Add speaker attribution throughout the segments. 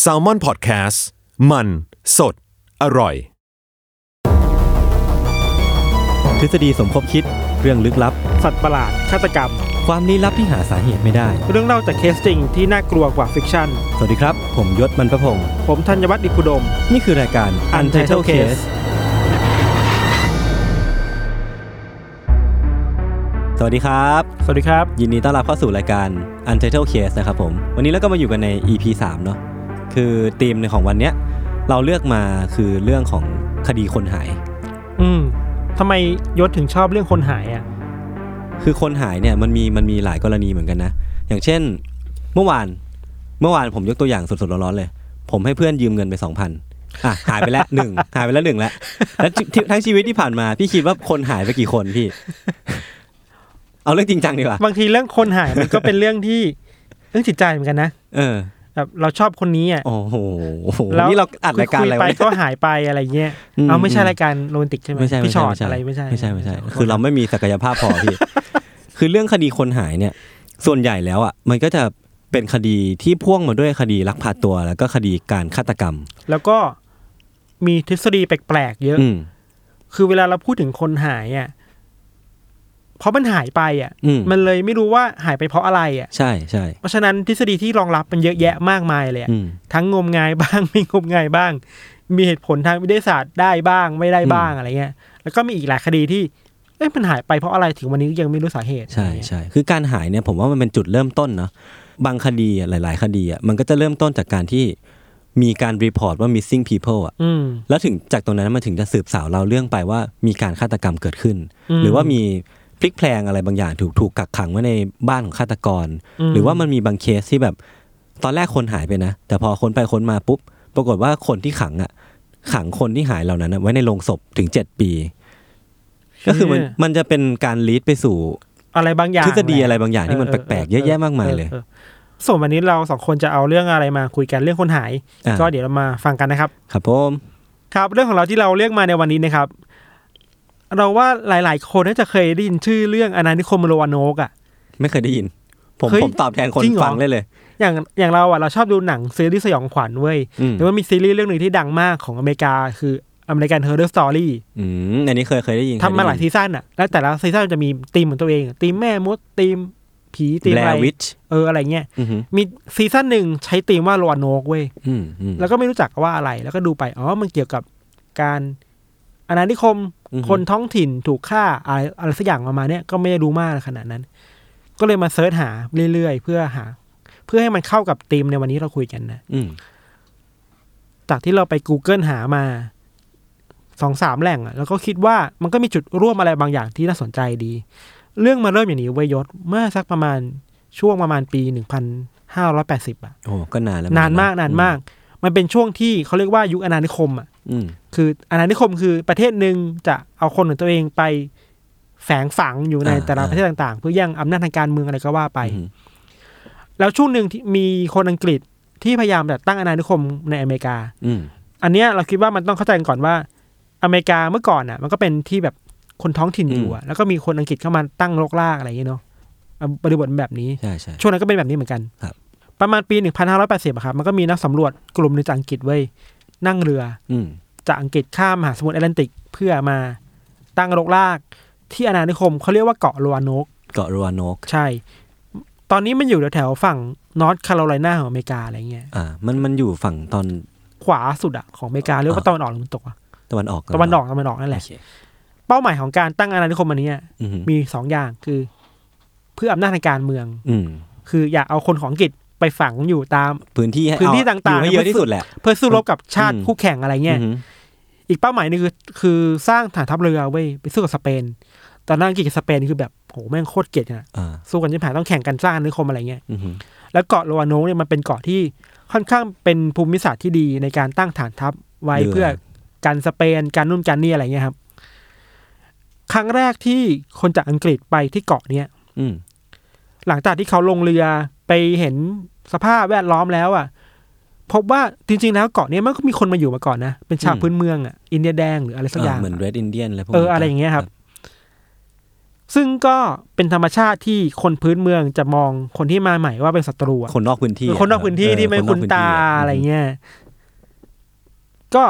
Speaker 1: แซลมอนพอดแคสต์มันสดอร่อย
Speaker 2: ทฤษฎีสมคบคิดเรื่องลึกลับ
Speaker 3: สัตว์ประหลาดฆาตกรรม
Speaker 2: ความลี้ลับที่หาสาเหตุไม่ได้
Speaker 3: เรื่องเล่าจากเคสจริงที่น่ากลัวกว่าฟิกชั่น
Speaker 2: สวัสดีครับ ผมยศมันประพงศ์
Speaker 3: ผมธัญวัฒน์อิพุดม
Speaker 2: นี่คือรายการ Untitled Case สวัสดีครับ
Speaker 3: สวัสดีครับ
Speaker 2: ยินดีต้อนรับเข้าสู่รายการ Untitled Case นะครับผม วันนี้เราก็มาอยู่กันใน EP 3 เนอะคือธีมในของวันเนี้ยเราเลือกมาคือเรื่องของคดีคนหาย
Speaker 3: อืมทำไมยศถึงชอบเรื่องคนหายอ่ะ
Speaker 2: คือคนหายเนี่ยมันมีมันมีหลายกรณีเหมือนกันนะ อย่างเช่น เมื่อวานเมื่อวานผมยกตัวอย่างสดๆร้อนๆเลย ผมให้เพื่อนยืมเงินไปสองพันอ่ะหายไปแล้ว หนึ่งหายไปแล้วหนึ่งแล้วแล้วที่ที่ทั้งชีวิตที่ผ่านมา พี่คิดว่าคนหายไปกี่คนพี่ เอาเรื่องจริงจังดีกว่า
Speaker 3: บางทีเรื่องคนหายมันก็เป็นเรื่องที่เรื่องจิตใจเหมือนกันนะ
Speaker 2: เออ
Speaker 3: แบบเราชอบคนนี้อ่ะ
Speaker 2: โอ้โหนี่เราอัดรายการ
Speaker 3: คุ
Speaker 2: อะไร
Speaker 3: ๆไป
Speaker 2: วะ
Speaker 3: ก็หายไปอะไรเงี้ย
Speaker 2: อืม
Speaker 3: เอาไม่ใช่รายการโรแมนติกใช่ไหม
Speaker 2: ไม่ใช่
Speaker 3: พี่ชอต
Speaker 2: ใช่
Speaker 3: อะไรไม่ใช่
Speaker 2: ไม่ใช่ไม่ใช่ คือเราไม่มีศักยภาพพอ พี่ คือเรื่องคดีคนหายเนี่ย ส่วนใหญ่แล้วอ่ะมันก็จะเป็นคดีที่พ่วงมาด้วยคดีลักพาตัวแล้วก็คดีการฆาตกรรม
Speaker 3: แล้วก็มีทฤษฎีแปลกๆเยอะ
Speaker 2: อืม
Speaker 3: คือเวลาเราพูดถึงคนหายอ่ะเพราะมันหายไปอ่ะ
Speaker 2: อืม
Speaker 3: มันเลยไม่รู้ว่าหายไปเพราะอะไรอ่ะ
Speaker 2: ใช่ใช่
Speaker 3: เพราะฉะนั้นทฤษฎีที่รองรับมันเยอะแยะมากมายเลยอะ
Speaker 2: อืม
Speaker 3: ทั้งงมงายบ้าง ไม่งมงายบ้าง มีเหตุผลทางวิทยาศาสตร์ได้บ้างไม่ได้บ้างอะไรเงี้ย แล้วก็มีอีกหลายคดีที่เอ้ยมันหายไปเพราะอะไรถึงวันนี้ยังไม่รู้สาเหตุ
Speaker 2: ใช่ใช่คือการหายเนี่ยผมว่ามันเป็นจุดเริ่มต้นเนาะบางคดีอะหลาย ๆ คดีอ่ะมันก็จะเริ่มต้นจากการที่มีการรีพอร์ตว่า missing people อ่ะ
Speaker 3: อืม
Speaker 2: แล้วถึงจากตรงนั้นมันถึงจะสืบสาวเราเรื่องไปว่ามีการฆาตกรรมเกิดขึ้น
Speaker 3: อืม
Speaker 2: หรือว่ามีพลิกแพลงอะไรบางอย่างถูกถูกกักขังไว้ในบ้านของฆาตกร
Speaker 3: อืม
Speaker 2: หรือว่ามันมีบางเคสที่แบบ ตอนแรกคนหายไปนะ แต่พอคนไปคนมาปุ๊บ ปรากฏว่าคนที่ขังอ่ะ ขังคนที่หายเหล่านั้นอะไว้ในโรงศพถึงเจ็ดปี ก็คือมัน
Speaker 3: เชี่ย
Speaker 2: มันจะเป็นการลีดไปสู่
Speaker 3: อะไรบางอย่าง
Speaker 2: ทฤษฎีอะไรบางอย่างที่มัน
Speaker 3: เ
Speaker 2: แปลกๆเยอะแยะมากมายเลย
Speaker 3: ออออส่วนวันนี้เราสองคนจะเอาเรื่องอะไรมาคุยกันเรื่องคนหาย
Speaker 2: อ่า
Speaker 3: ก็เดี๋ยวเรามาฟังกันนะครับ
Speaker 2: ครับผม
Speaker 3: ครับ เรื่องของเราที่เราเลือกมาในวันนี้นะครับ เราว่าหลาย ๆ คนน่าจะเคยได้ยินชื่อเรื่องอนานิคมโรวานกอ่ะ
Speaker 2: ไม่เคยได้ยิน ผม
Speaker 3: เฮ้ย
Speaker 2: ผมตอบแทนคน
Speaker 3: จริงเหรอ
Speaker 2: ฟังได้เลย
Speaker 3: อย่างอย่างเราอ่ะเราชอบดูหนังซีรีส์สยองขวัญเว้ย
Speaker 2: อืม
Speaker 3: แล้วมันมีซีรีส์เรื่องหนึ่งที่ดังมากของอเมริกาคืออเมริกันเฮอร์เรอร์สตอรี่
Speaker 2: อืมอันนี้เคยเคยได้ยิน
Speaker 3: ทำมาหลายซีซั่นอ่ะ แล้วแต่ละซีซั่นจะมีธีมของตัวเองธีมแม่มดธีมผีธีม
Speaker 2: แล
Speaker 3: อะไร
Speaker 2: วิช
Speaker 3: เอออะไรเงี้ย
Speaker 2: อือหือ
Speaker 3: มีซีซั่นหนึ่งใช้ธีมว่าโลวานกเว้ย
Speaker 2: อืมอืม
Speaker 3: แล้วก็ไม่รู้จักว่าอะไร แล้วก็ดูไปอ๋อมันเกี่ยวกับการอาณานิคม
Speaker 2: อือฮึ
Speaker 3: คนท้องถิ่นถูกฆ่าอะไรอะไรสักอย่างประมาณเนี้ยก็ไม่ได้รู้มากขนาดนั้น ก็เลยมาเซิร์ชหาเรื่อยๆเพื่อหา เพื่อให้มันเข้ากับธีมในวันนี้เราคุยกันนะ
Speaker 2: อืม
Speaker 3: จากที่เราไป Google หามาสองสามแหล่งอะแล้วก็คิดว่ามันก็มีจุดร่วมอะไรบางอย่างที่น่าสนใจดี เรื่องมาเริ่มอย่างนี้เวยยศเมื่อสักประมาณช่วงประมาณปีหนึ่งพันห้าร้อยแปดสิบอะ
Speaker 2: โอ้ก็นานแล้ว
Speaker 3: นานมากนานมาก มันเป็นช่วงที่เขาเรียกว่ายุคอาณานิคมอะ
Speaker 2: อืม
Speaker 3: คืออาณานิคมคือประเทศหนึ่งจะเอาคนของตัวเองไปแฝงฝังอยู่ในแต่ละประเทศต่างๆ เพื่อแย่งอำนาจทางการเมืองอะไรก็ว่าไป
Speaker 2: ไป
Speaker 3: แล้วช่วงหนึ่งที่มีคนอังกฤษที่พยายามแบบตั้งอาณานิคมในอเมริกา
Speaker 2: อืม
Speaker 3: อันเนี้ยเราคิดว่ามันต้องเข้าใจกันก่อนว่า อเมริกาเมื่อก่อนอ่ะ มันก็เป็นที่แบบคนท้องถิ่นอยู่อะแล้วก็มีคนอังกฤษเข้ามาตั้งรกรากอะไรอย่างเงี้ยเนาะอ่ะบริบทมันแบบนี้
Speaker 2: ใช่ใช่
Speaker 3: ช่วงนั้นก็เป็นแบบนี้เหมือนกัน
Speaker 2: ครับ
Speaker 3: ประมาณปี 1580อะครับมันก็มีนักสำรวจกลุ่มหนึ่งจากอังกฤษเว้ยนั่งเรือ
Speaker 2: อืม
Speaker 3: จากอังกฤษข้ามมหาสมุทรแอตแลนติกเพื่อมาตั้งรกราก ที่อาณานิคมเขาเรียกว่าเกาะโลวานก
Speaker 2: เกาะรัวานก
Speaker 3: ใช่ ตอนนี้มันอยู่แถวๆฝั่ง นอตคาโรไลนาของอเมริกาอะไรเงี้ย
Speaker 2: อ่า มันมันอยู่ฝั่งตอน
Speaker 3: ขวาสุดอะของอเมริกาเรียกว่าตะวันออกหรือตะวันตกอะ
Speaker 2: ตะวันออก
Speaker 3: ตะวันออกตะวันออกนั่นแหละ
Speaker 2: โอเค
Speaker 3: เป้าหมายของการตั้งอาณานิคมอันเนี้ย
Speaker 2: อือหือ
Speaker 3: มีสองอย่างคือ เพื่ออำนาจทางการเมือง
Speaker 2: อืม
Speaker 3: คืออยากเอาคนของอังกฤษไปฝังอยู่ตาม
Speaker 2: พื้นที่ให้
Speaker 3: พื้นที่
Speaker 2: เอ
Speaker 3: ต่างๆ
Speaker 2: อยู่ให้เยอะที่สุดแหละ
Speaker 3: เพื่อสู้รบกับชาติ
Speaker 2: อืม
Speaker 3: คู่แข่งอะไรเงี้ย
Speaker 2: อือหือ
Speaker 3: อีกเป้าหมายหนึงคือคือสร้างฐานทัพเรือเว้ยไปสู้กับสเปน ตอนนั้นอังกฤษกับสเปนคือแบบโหแม่งโคตรเกลียดกันอะ
Speaker 2: อ่า
Speaker 3: สู้กันยิ่งผ่านต้องแข่งกันสร้างอาณานิคมอะไรเงี้ย
Speaker 2: อือหือ
Speaker 3: แล้วเกาะโลวาโนกเนี่ยมันเป็นเกาะที่ค่อนข้างเป็นภูมิศาสตร์ที่ดีในการตั้งฐานทัพไว้เพื่อกันสเปนการนู่นการนี่อะไรเงี้ยครับ ครั้งแรกที่คนจากอังกฤษไปที่เกาะเนี่ย
Speaker 2: อืม
Speaker 3: หลังจากที่เขาลงเรือไปเห็นสภาพแวดล้อมแล้วอ่ะ พบว่าจริงๆแล้วเกาะเนี้ยมันก็มีคนมาอยู่มาก่อนนะ เป็นชาวพื้นเมืองอ่ะอินเดียแดงหรืออะไรสักอย่าง
Speaker 2: เหมือนเรดอินเดียนอะไรพวก
Speaker 3: เอออะไรอย่างเงี้ยครับ ซึ่งก็เป็นธรรมชาติที่คนพื้นเมืองจะมองคนที่มาใหม่ว่าเป็นศัตรูอะ
Speaker 2: คนนอกพื้นที่
Speaker 3: เป็นคนนอกพื้นที่
Speaker 2: เ
Speaker 3: ที่ไม่คุ้นตาอะไรเงี้ยก็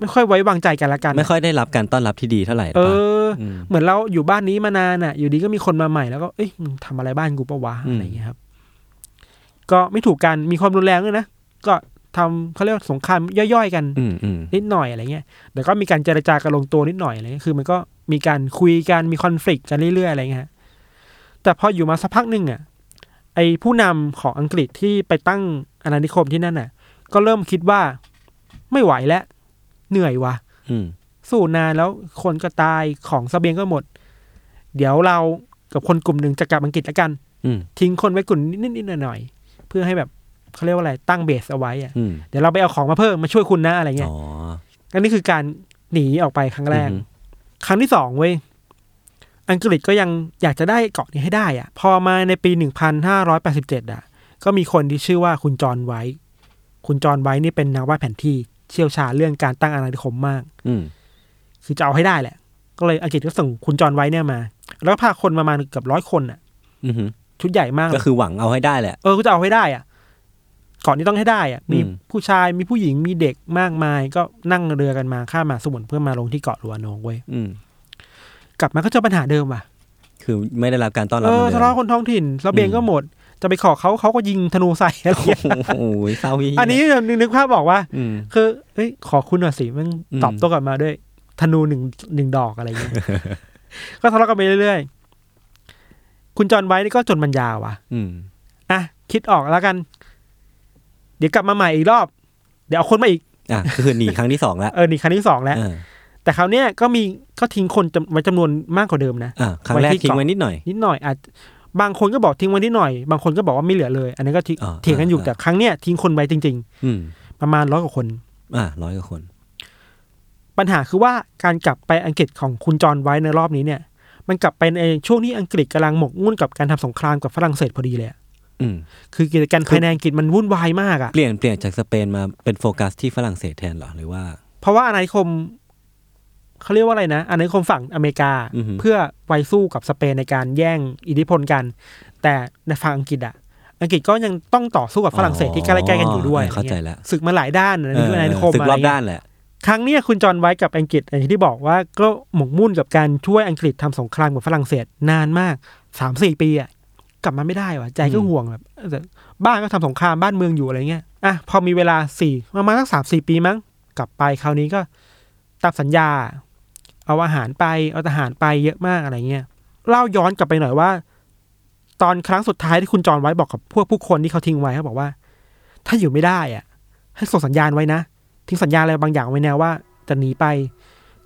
Speaker 3: ไม่ค่อยไว้วางใจกันละกัน
Speaker 2: ไม่ค่อยได้รับการต้อนรับที่ดีเท่าไหร่
Speaker 3: เอ
Speaker 2: ป่ะ
Speaker 3: อ
Speaker 2: ม
Speaker 3: เหมือนเราอยู่บ้านนี้มานานอ่ะ อยู่ดีก็มีคนมาใหม่แล้วก็เอ้ยมึงทำอะไรบ้านกูปะวะ
Speaker 2: อืม
Speaker 3: อะไรอย่างเงี้ยครับ ก็ไม่ถูกกันมีความรุนแรงด้วยนะก็ทำเขาเรียกว่าสงครามย่อยๆกัน
Speaker 2: อืมอืม
Speaker 3: นิดหน่อยอะไรเงี้ยแต่ก็มีการเจรจากันลงตัวนิดหน่อยอะไรเงี้ยคือ มันก็มีการคุยกันมีคอนฟ lict กันเรื่อยๆอะไรเงี้ยฮะแต่พออยู่มาสักพักหนึ่งอ่ะไอผู้นำของอังกฤษที่ไปตั้งอาณานิคมที่นั่นอ่ะ ก็เริ่มคิดว่าไม่ไหวแล้วเหนื่อยว่ะ
Speaker 2: อืม
Speaker 3: สู้นานแล้วคนก็ตายของเสบียงก็หมด เดี๋ยวเรากับคนกลุ่มหนึ่งจะกลับอังกฤษแล้วกัน
Speaker 2: อืม
Speaker 3: ทิ้งคนไว้กลุ่มนิดๆหน่อยๆเพื่อให้แบบเขาเรียกว่าอะไรตั้งเบสเอาไว้อะ
Speaker 2: อืม
Speaker 3: เดี๋ยวเราไปเอาของมาเพิ่มมาช่วยคุณนะอะไรเงี้ย
Speaker 2: อ๋อ
Speaker 3: อันนี้คือการหนีออกไปครั้งแรก
Speaker 2: อืม
Speaker 3: ครั้งที่สองเว้ยอังกฤษก็ยังอยากจะได้เกาะนี้ให้ได้อะพอมาในปี 1587 อ่ะ ก็มีคนที่ชื่อว่าคุณจอห์นไวท์คุณจอห์นไวท์นี่เป็นนักวาดแผนที่เชี่ยวชาญเรื่องการตั้งอาณานิคมมาก
Speaker 2: อืม
Speaker 3: คือจะเอาให้ได้แหละ ก็เลยอังกฤษก็ส่งคุณจอห์นไว้เนี่ยมา แล้วก็พาคนประมาณเกือบร้อยคนน่ะ
Speaker 2: อืม
Speaker 3: ชุดใหญ่มาก
Speaker 2: ก็คือหวังเอาให้ได้แหละ
Speaker 3: เออกูจะเอาให้ได้อ่ะก่อนนี้ต้องให้ได้อ่ะ มี
Speaker 2: อืม
Speaker 3: ผู้ชายมีผู้หญิงมีเด็กมากมาย ก็นั่งเรือกันมาข้ามมหาสมุนเพื่อมาลงที่เกาะลัวานองเว้ย
Speaker 2: อืม
Speaker 3: กลับมาก็เจอปัญหาเดิมว่ะ
Speaker 2: คือไม่ได้รับการต้อนรั
Speaker 3: เอบ
Speaker 2: ห
Speaker 3: อ
Speaker 2: มืดิม
Speaker 3: ทะเลาะคนท้องถิ่นระเบียงก็หมด จะไปขอเขาเขาก็ยิงธนู ใส่อะไรเงี้ย
Speaker 2: โอ้โหเศร้าเหี้ย
Speaker 3: อันนี้นึกภาพบอกว่า
Speaker 2: อืม
Speaker 3: คือเอ้ย ขอคุณหน่อยสิมัน
Speaker 2: อืม
Speaker 3: ตอบโต้กลับมาด้วย ธนูหนึ่งหนึ่งดอกอะไรอย่าง เงี้ย ก็ทะเลาะกันไปเรื่อยๆ คุณจอห์นไว้นี่ก็จนบรรยาว่ะ
Speaker 2: อืม
Speaker 3: อ่ะ คิดออกแล้วกัน เดี๋ยวกลับมาใหม่อีกรอบ เดี๋ยวเอาคนมาอีก
Speaker 2: อ่ะก็คือหนีครั้งที่สองแล้ว
Speaker 3: เออ นี่ครั้งที่สองแล้ว
Speaker 2: เออ
Speaker 3: แต่คราวเนี้ยก็มีก็ทิ้งคนจำไว้จำนวนมากกว่าเดิมนะ
Speaker 2: อ่ะครั้งแรก
Speaker 3: ไว้ที่
Speaker 2: ทิ้ง
Speaker 3: เกาะ
Speaker 2: ไว้นิดหน่อย
Speaker 3: นิดหน่อยอาจบางคนก็บอกทิ้งไว้นิดหน่อย บางคนก็บอกว่าไม่เหลือเลย อันนี้นก็ทิ้ง
Speaker 2: อ่า
Speaker 3: เถียงกันอยู่
Speaker 2: อ่า
Speaker 3: แต่ครั้งเนี้ยทิ้งคนไว้จริง
Speaker 2: อืม
Speaker 3: ๆ ประมาณร้อยกว่าคน
Speaker 2: อ่ะร้อยกว่าคน
Speaker 3: ปัญหาคือว่าการกลับไปอังกฤษของคุณจอห์นไว้ในรอบนี้เนี่ย มันกลับไปในช่วงที่อังกฤษกำลังหมกมุ่นกับการทำสงครามกับฝรั่งเศสพอดีเลยอะ
Speaker 2: อืม
Speaker 3: คือกิจการภายในอังกฤษมันวุ่นวายมากอะ
Speaker 2: เปลี่ยนเปลี่ยนจากสเปนมาเป็นโฟกัสที่ฝรั่งเศสแทนเหรอหรือว่า
Speaker 3: เพราะว่าอาณานิคมเขาเรียกว่าอะไรนะอาณานิคมฝั่งอเมริกา
Speaker 2: อือหือ
Speaker 3: เพื่อไว้สู้กับสเปนในการแย่งอิทธิพลกัน แต่ในฝั่งอังกฤษอะอังกฤษก็ยังต้องต่อสู้กับฝรั่งเศสที่ใกล้ๆกันอยู่ด้วย
Speaker 2: เข้าใจแล้ว
Speaker 3: ศึกมาหลายด้านนะในยุคอาณานิคม
Speaker 2: ศึกรอบ
Speaker 3: ะไเงี้ย
Speaker 2: ด้านแหละ
Speaker 3: ครั้งเนี้ยคุณจอห์นไว้กับอังกฤษอย่างที่บอกว่าก็หมกมุ่นกับการช่วยอังกฤษทำสงครามกับฝรั่งเศสนานมากสามสี่ปีอ่ะกลับมาไม่ได้ว่ะใจก็
Speaker 2: อืม
Speaker 3: ห่วงแบบเออบ้านก็ทำสงครามบ้านเมืองอยู่อะไรเงี้ยอ่ะพอมีเวลาสี่ประมาณสักสามสี่ปีมั้ง กลับไปคราวนี้ก็ตามสัญญา เอาอาหารไปเอาทหารไปเยอะมากอะไรเงี้ยเล่าย้อนกลับไปหน่อยว่า ตอนครั้งสุดท้ายที่คุณจอห์นไว้บอกกับพวกผู้คนที่เขาทิ้งไว้เขาบอกว่า ถ้าอยู่ไม่ได้อ่ะ ให้ส่งสัญญาณไว้นะ ทิ้งสัญญาณอะไรบางอย่างไว้แนวว่าจะหนีไป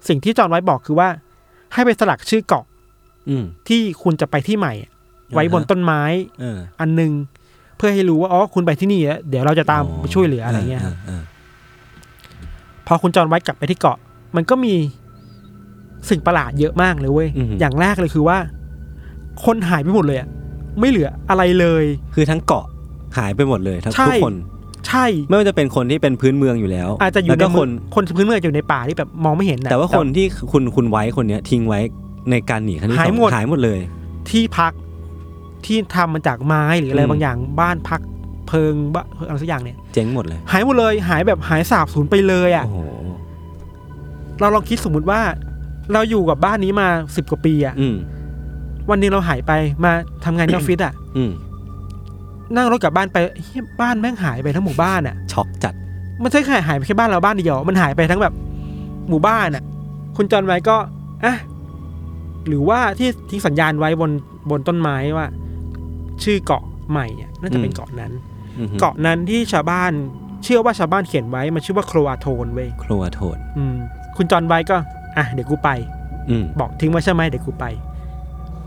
Speaker 3: สิ่งที่จอห์นไว้บอกคือว่า ให้ไปสลักชื่อเกาะ
Speaker 2: อืม
Speaker 3: ที่คุณจะไปที่ใหม่อะไว้บนต้นไม้
Speaker 2: เออ
Speaker 3: อันหนึง เพื่อให้รู้ว่าอ๋อคุณไปที่นี่แล้วเดี๋ยวเราจะตามไปช่วยเหลืออะไรเงี้ย
Speaker 2: าอ่า
Speaker 3: พอคุณจอห์นไว้กลับไปที่เกาะ มันก็มีสิ่งประหลาดเยอะมากเลยเว้ยอย่างแรกเลยคือว่า คนหายไปหมดเลยอะไม่เหลืออะไรเลย
Speaker 2: คือทั้งเกาะหายไปหมดเลยทั้ง
Speaker 3: ใช่
Speaker 2: ทุกคน
Speaker 3: ใช่
Speaker 2: ไม่ว่าจะเป็นคนที่เป็นพื้นเมืองอยู่แล้ว
Speaker 3: อาจจะอยู่
Speaker 2: แล้ว
Speaker 3: ใน
Speaker 2: ก็คน
Speaker 3: คนพื้นเมืองอยู่ในป่าที่แบบมองไม่เห็นอะ
Speaker 2: แต่ว่าคนที่คุณคุณไว้คนเนี้ยทิ้งไว้ในการหนีครั้งที่สอง
Speaker 3: หายหมด
Speaker 2: หายหมดเลย
Speaker 3: ที่พักที่ทำมาจากไม้หรืออะไร
Speaker 2: อืม
Speaker 3: บางอย่างบ้านพักเพิงบ้าอะไรสักอย่างเนี่ย
Speaker 2: เจ๊งหมดเลย
Speaker 3: หายหมดเลยหายแบบหายสาบสูญไปเลยอะ่ะ
Speaker 2: โอ้โห
Speaker 3: เราลองคิดสมมุติว่า เราอยู่กับบ้านนี้มาสิบกว่าปีอะ่ะ
Speaker 2: อืม
Speaker 3: วันหนึงเราหายไปมาทำงานที่ออฟฟิศอ่ะ
Speaker 2: อืม
Speaker 3: นั่งรถกลับบ้านไปเฮียบ้านแม่งหายไปทั้งหมู่บ้านอ่ะ
Speaker 2: ช็อกจัด
Speaker 3: มันใช่แค่หายไปแค่บ้านเราบ้านเดียวมันหายไปทั้งแบบหมู่บ้านอ่ะ คุณจอห์นไว้ก็อ่ะหรือว่าที่ทิ้งสัญญาณไว้บนบนต้นไม้ว่า ชื่อเกาะใหม่อะน่าจะเป็น
Speaker 2: อืม
Speaker 3: เกาะนั้น
Speaker 2: อือหือ
Speaker 3: เกาะนั้นที่ชาวบ้านเชื่อว่าชาวบ้านเขียนไว้มันชื่อว่าโครอาโทนเว้ย
Speaker 2: ครัวโทน
Speaker 3: อืม คุณจอห์นไว้ก็อ่ะเดี๋ยวกูไป
Speaker 2: อืม
Speaker 3: บอกทิ้งไว้ใช่ไหมเดี๋ยวกูไป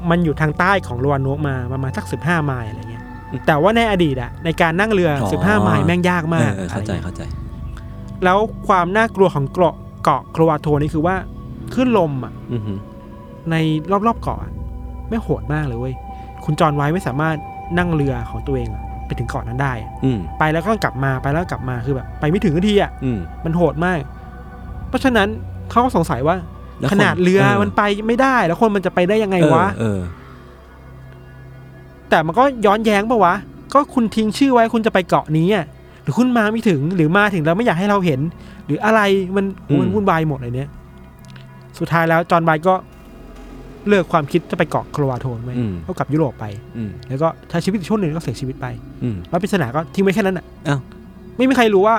Speaker 3: มันอยู่ทางใต้ของโรวานุกมาประมาณสักสิบห้าไมล์อะไรเงี้ย แต่ว่าในอดีตอะในการนั่งเรืออสิบห้าไมล์แม่งยากมาก
Speaker 2: เออเออเข้าใจ
Speaker 3: อะไรงี้ย
Speaker 2: เข้าใจ
Speaker 3: แล้วความน่ากลัวของเกาะเกาะโครวาโทนี่คือว่าขึ้นลมอะ
Speaker 2: อือหือ
Speaker 3: ในรอบๆเกาะอะไม่งโหดมากเลยเว้ยคุณจอห์นไว้ไม่สามารถนั่งเรือของตัวเองอะไปถึงเกาะนั้นได้อะ
Speaker 2: อืม
Speaker 3: ไปแล้วก็กลับมาไปแล้วก็กลับมาคือแบบ ไปไม่ถึงทันทีอะ
Speaker 2: อืม
Speaker 3: มันโหดมาก เพราะฉะนั้นเขาก็สงสัยว่า
Speaker 2: แล้ว
Speaker 3: ขนาด
Speaker 2: คน
Speaker 3: เรือ
Speaker 2: เออ
Speaker 3: มันไปไม่ได้ แล้วคนมันจะไปได้ยังไงวะ
Speaker 2: เออ
Speaker 3: แต่มันก็ย้อนแย้งปะวะ ก็คุณทิ้งชื่อไว้คุณจะไปเกาะนี้อะหรือคุณมาไม่ถึงหรือมาถึงแล้วไม่อยากให้เราเห็น หรืออะไรมันโหมันวุ่นวายหมดเลยเนี้ยสุดท้ายแล้วจอห์นไบรท์ก็เลิกความคิดจะไปเกาะโครวาโทนไว้
Speaker 2: เอออืม
Speaker 3: ก็กลับยุโรปไป
Speaker 2: อืม
Speaker 3: แล้วก็ใช้ชีวิตอยู่ช่วงหนึ่งก็เสียชีวิตไป
Speaker 2: อืม
Speaker 3: แล้วปริศนาก็ทิ้งไว้แค่นั้นอ่ะ
Speaker 2: อ้าว
Speaker 3: ไม่มีใครรู้ว่า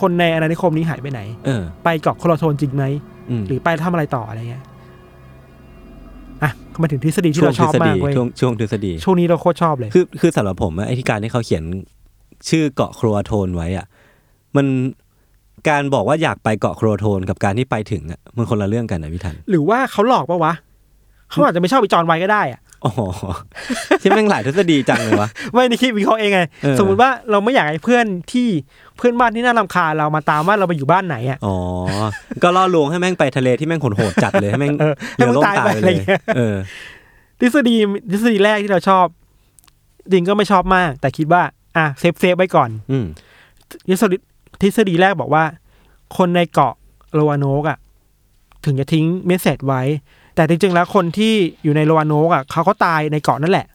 Speaker 3: คนในอาณานิคมนี้หายไปไหน
Speaker 2: เออ
Speaker 3: ไปเกาะโครวาโทนจริงไหม
Speaker 2: อืม
Speaker 3: หรือไปทำอะไรต่ออะไรเงี้ย อ่ะก็มาถึงทฤษฎีที่
Speaker 2: ช่ว
Speaker 3: เรา
Speaker 2: งท
Speaker 3: ช
Speaker 2: ฤ
Speaker 3: อ
Speaker 2: ษ
Speaker 3: บมาก
Speaker 2: ฎี
Speaker 3: เว้ย
Speaker 2: ช่วงช่วงทฤษฎี
Speaker 3: ช่วงนี้เราโคตรชอบเลย
Speaker 2: คือคือสำหรับผมอะไอที่การที่เขาเขียนชื่อเกาะครัวโทนไว้อะมันการบอกว่าอยากไปเกาะครัวโทนกับการที่ไปถึงอะมันคนละเรื่องกันนะพี่ทัน
Speaker 3: หรือว่าเขาหลอกปะวะ เขาอาจจะไม่ชอบไอีจอนไว้ก็ได้อะ
Speaker 2: อ๋อใช่แม่งหลายทฤษฎีจังเลยวะ
Speaker 3: ไม่ในคลิปวิเคราะห์เองไง
Speaker 2: เออ
Speaker 3: สมมติว่าเราไม่อยากให้เพื่อนที่เพื่อนบ้านที่น่ารำคาญเรามาตามว่าเราไปอยู่บ้านไหนอ่ะ
Speaker 2: อ๋อ ก็ล่อลวงให้แม่งไปทะเลที่แม่งโหดๆจัดเลยให้แม่ง
Speaker 3: เออให้มึงตายไปอะไรเงี้ย
Speaker 2: เออ
Speaker 3: ทฤษฎีทฤษฎีแรกที่เราชอบดิงก็ไม่ชอบมาก แต่คิดว่า อ่ะเซฟเซฟไว้ก่อน
Speaker 2: อืม
Speaker 3: ทฤษฎีทฤษฎีแรกบอกว่า คนในเกาะโลวานกอ่ะ ถึงจะทิ้งเมสเซจไว้ แต่จริงๆแล้วคนที่อยู่ในโลวานกอ่ะเขาก็ตายในเกาะนั่นแหละ